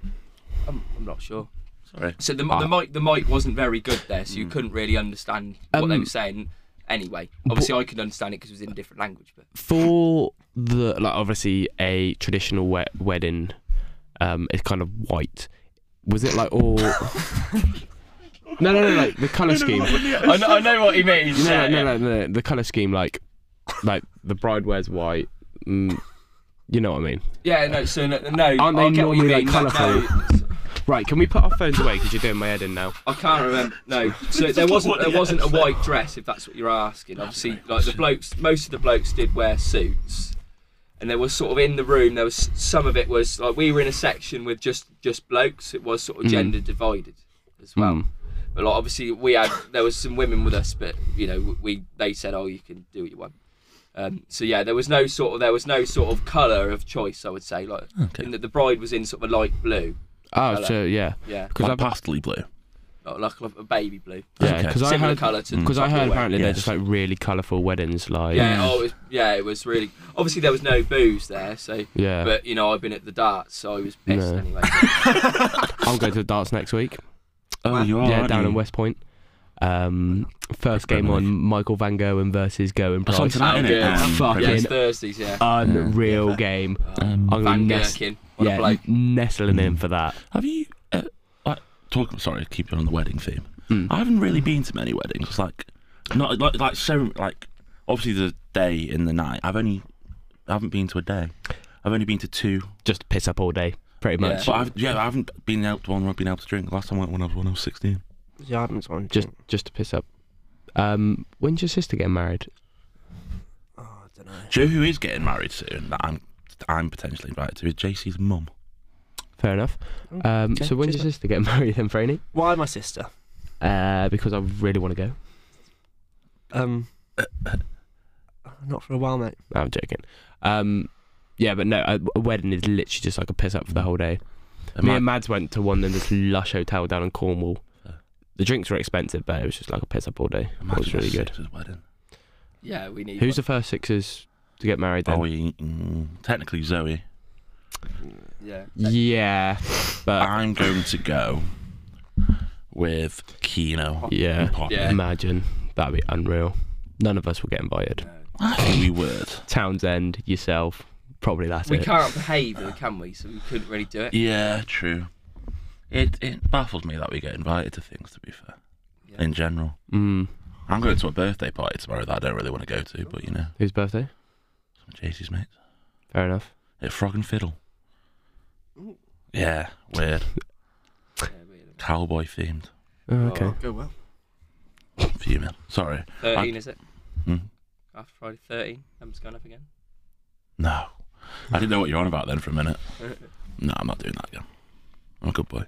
F: I'm, I'm not sure.
B: Sorry.
F: So the, the mic, the mic wasn't very good there, so you couldn't really understand what they
D: Um,
F: were saying. Anyway, obviously I could understand it because it was in a different language, but
D: for the like obviously a traditional we- wedding um is kind of white was it like *laughs* all no no no like the color scheme no
F: I know, I know what he means.
D: no no no, no, the color scheme like like the bride wears white mm, you know what i mean
F: Yeah, no. So no, no
D: Aren't they
F: I get what you
D: normally, like,
F: mean, no,
D: colourful?
F: no,
D: right can we put our phones away because you're doing my head in now
F: I can't remember.
D: *laughs*
F: No, so there wasn't there wasn't a white dress if that's what you're asking. Obviously, like the blokes, most of the blokes did wear suits, and there was sort of in the room there was some of it was like we were in a section with just just blokes. It was sort of
D: Mm.
F: gender divided as well.
D: Mm.
F: But like, obviously we had there was some women with us, but you know we they said oh you can do what you want. Um, so yeah, there was no sort of there was no sort of colour of choice. I would say like
B: Okay.
F: in that the bride was in sort of a light blue.
D: Oh,
F: Hello.
D: so yeah,
F: Yeah,
D: because
B: Like
D: I've
B: pastely blue.
F: like, like a baby blue.
D: yeah,
B: Okay.
D: because I
F: Similar
D: heard
F: colour to
D: because I
F: what we
D: heard
F: wear.
D: apparently they're
B: Yes.
D: just like really colourful weddings, like
F: Mm. Yeah, oh, it was, yeah, it was really. Obviously, there was no booze there, so.
D: yeah.
F: But you know, I've been at the darts, so I was pissed
D: No. *laughs*
F: anyway.
D: I'll go to the dance next week.
B: Oh, you are.
D: yeah,
B: aren't
D: down
B: you?
D: in West Point. Um, first game on Michael Van Gogh and versus Go and
B: That's on
D: Price.
B: tonight,
F: Oh,
B: innit?
F: good.
B: Um,
D: Ah, Fucking-
F: yeah,
B: Christmas.
F: it's Thursdays, yeah.
D: Unreal
F: Yeah.
D: game.
B: Um,
D: I'm gonna
F: Van
D: nest,
F: Gherkin, what a
D: yeah,
F: bloke.
D: nestling in for that.
B: Have you uh, like talking? Sorry, keep you on the wedding theme.
D: Mm.
B: I haven't really been to many weddings. It's Like, not like like so like obviously the day and the night. I've only I haven't been to a day. I've only been to two.
D: Just piss up all day, pretty
F: Yeah.
D: much.
B: But I've, yeah, I haven't been out to one where I've been able to drink. Last time I went when I was when I was sixteen.
E: Yeah, I haven't one.
D: Just just to piss up. Um, when's your sister getting married?
E: oh, I don't know.
B: Do you know who is getting married soon that I'm I'm potentially invited to is JC's mum.
D: Fair enough. Um,
E: Okay,
D: so when's your
E: cheers,
D: sister getting *laughs* married then, Franny?
E: Why my sister?
D: Uh, because I really want to go.
E: Um, *coughs* not for a while, mate.
D: No, I'm joking. Um, yeah, but no, a, a wedding is literally just like a piss up for the whole day. Me and Mads went to one in this lush hotel down in Cornwall.
B: Yeah.
D: The drinks were expensive, but it was just like a piss up all day. It was really good.
B: Wedding.
F: Yeah, we need.
D: Who's the first sixes to get married then?
B: Oh, we- mm, technically Zoe.
F: Yeah. Ah.
D: yeah, but
B: I'm going
D: *laughs*
B: to go with Kino.
D: yeah,
B: and Poppy.
F: Yeah.
D: imagine that'd be unreal. None of us will get invited.
B: I think we would.
D: Townsend, yourself, probably that's
F: We
D: it.
F: can't behave, though, can we? So we couldn't really do it.
B: Yeah, true. It it baffles me that we get invited to things. To be fair,
F: Yeah.
B: in general,
D: Mm,
B: I'm going to a birthday party tomorrow that I don't really want to go to, but you know,
D: whose birthday?
B: some Jaycee's mates
D: Fair enough.
B: at Frog and Fiddle. Yeah, weird
F: Yeah, we-
B: cowboy themed.
D: Oh, okay.
E: Go well.
B: Fuming. Sorry.
F: Thirteen is it?
B: Hmm?
F: After Friday thirteen, numbers going up again. *laughs*
B: No, I didn't know what you're on about then for a minute. No, I'm not doing that again. I'm a good boy.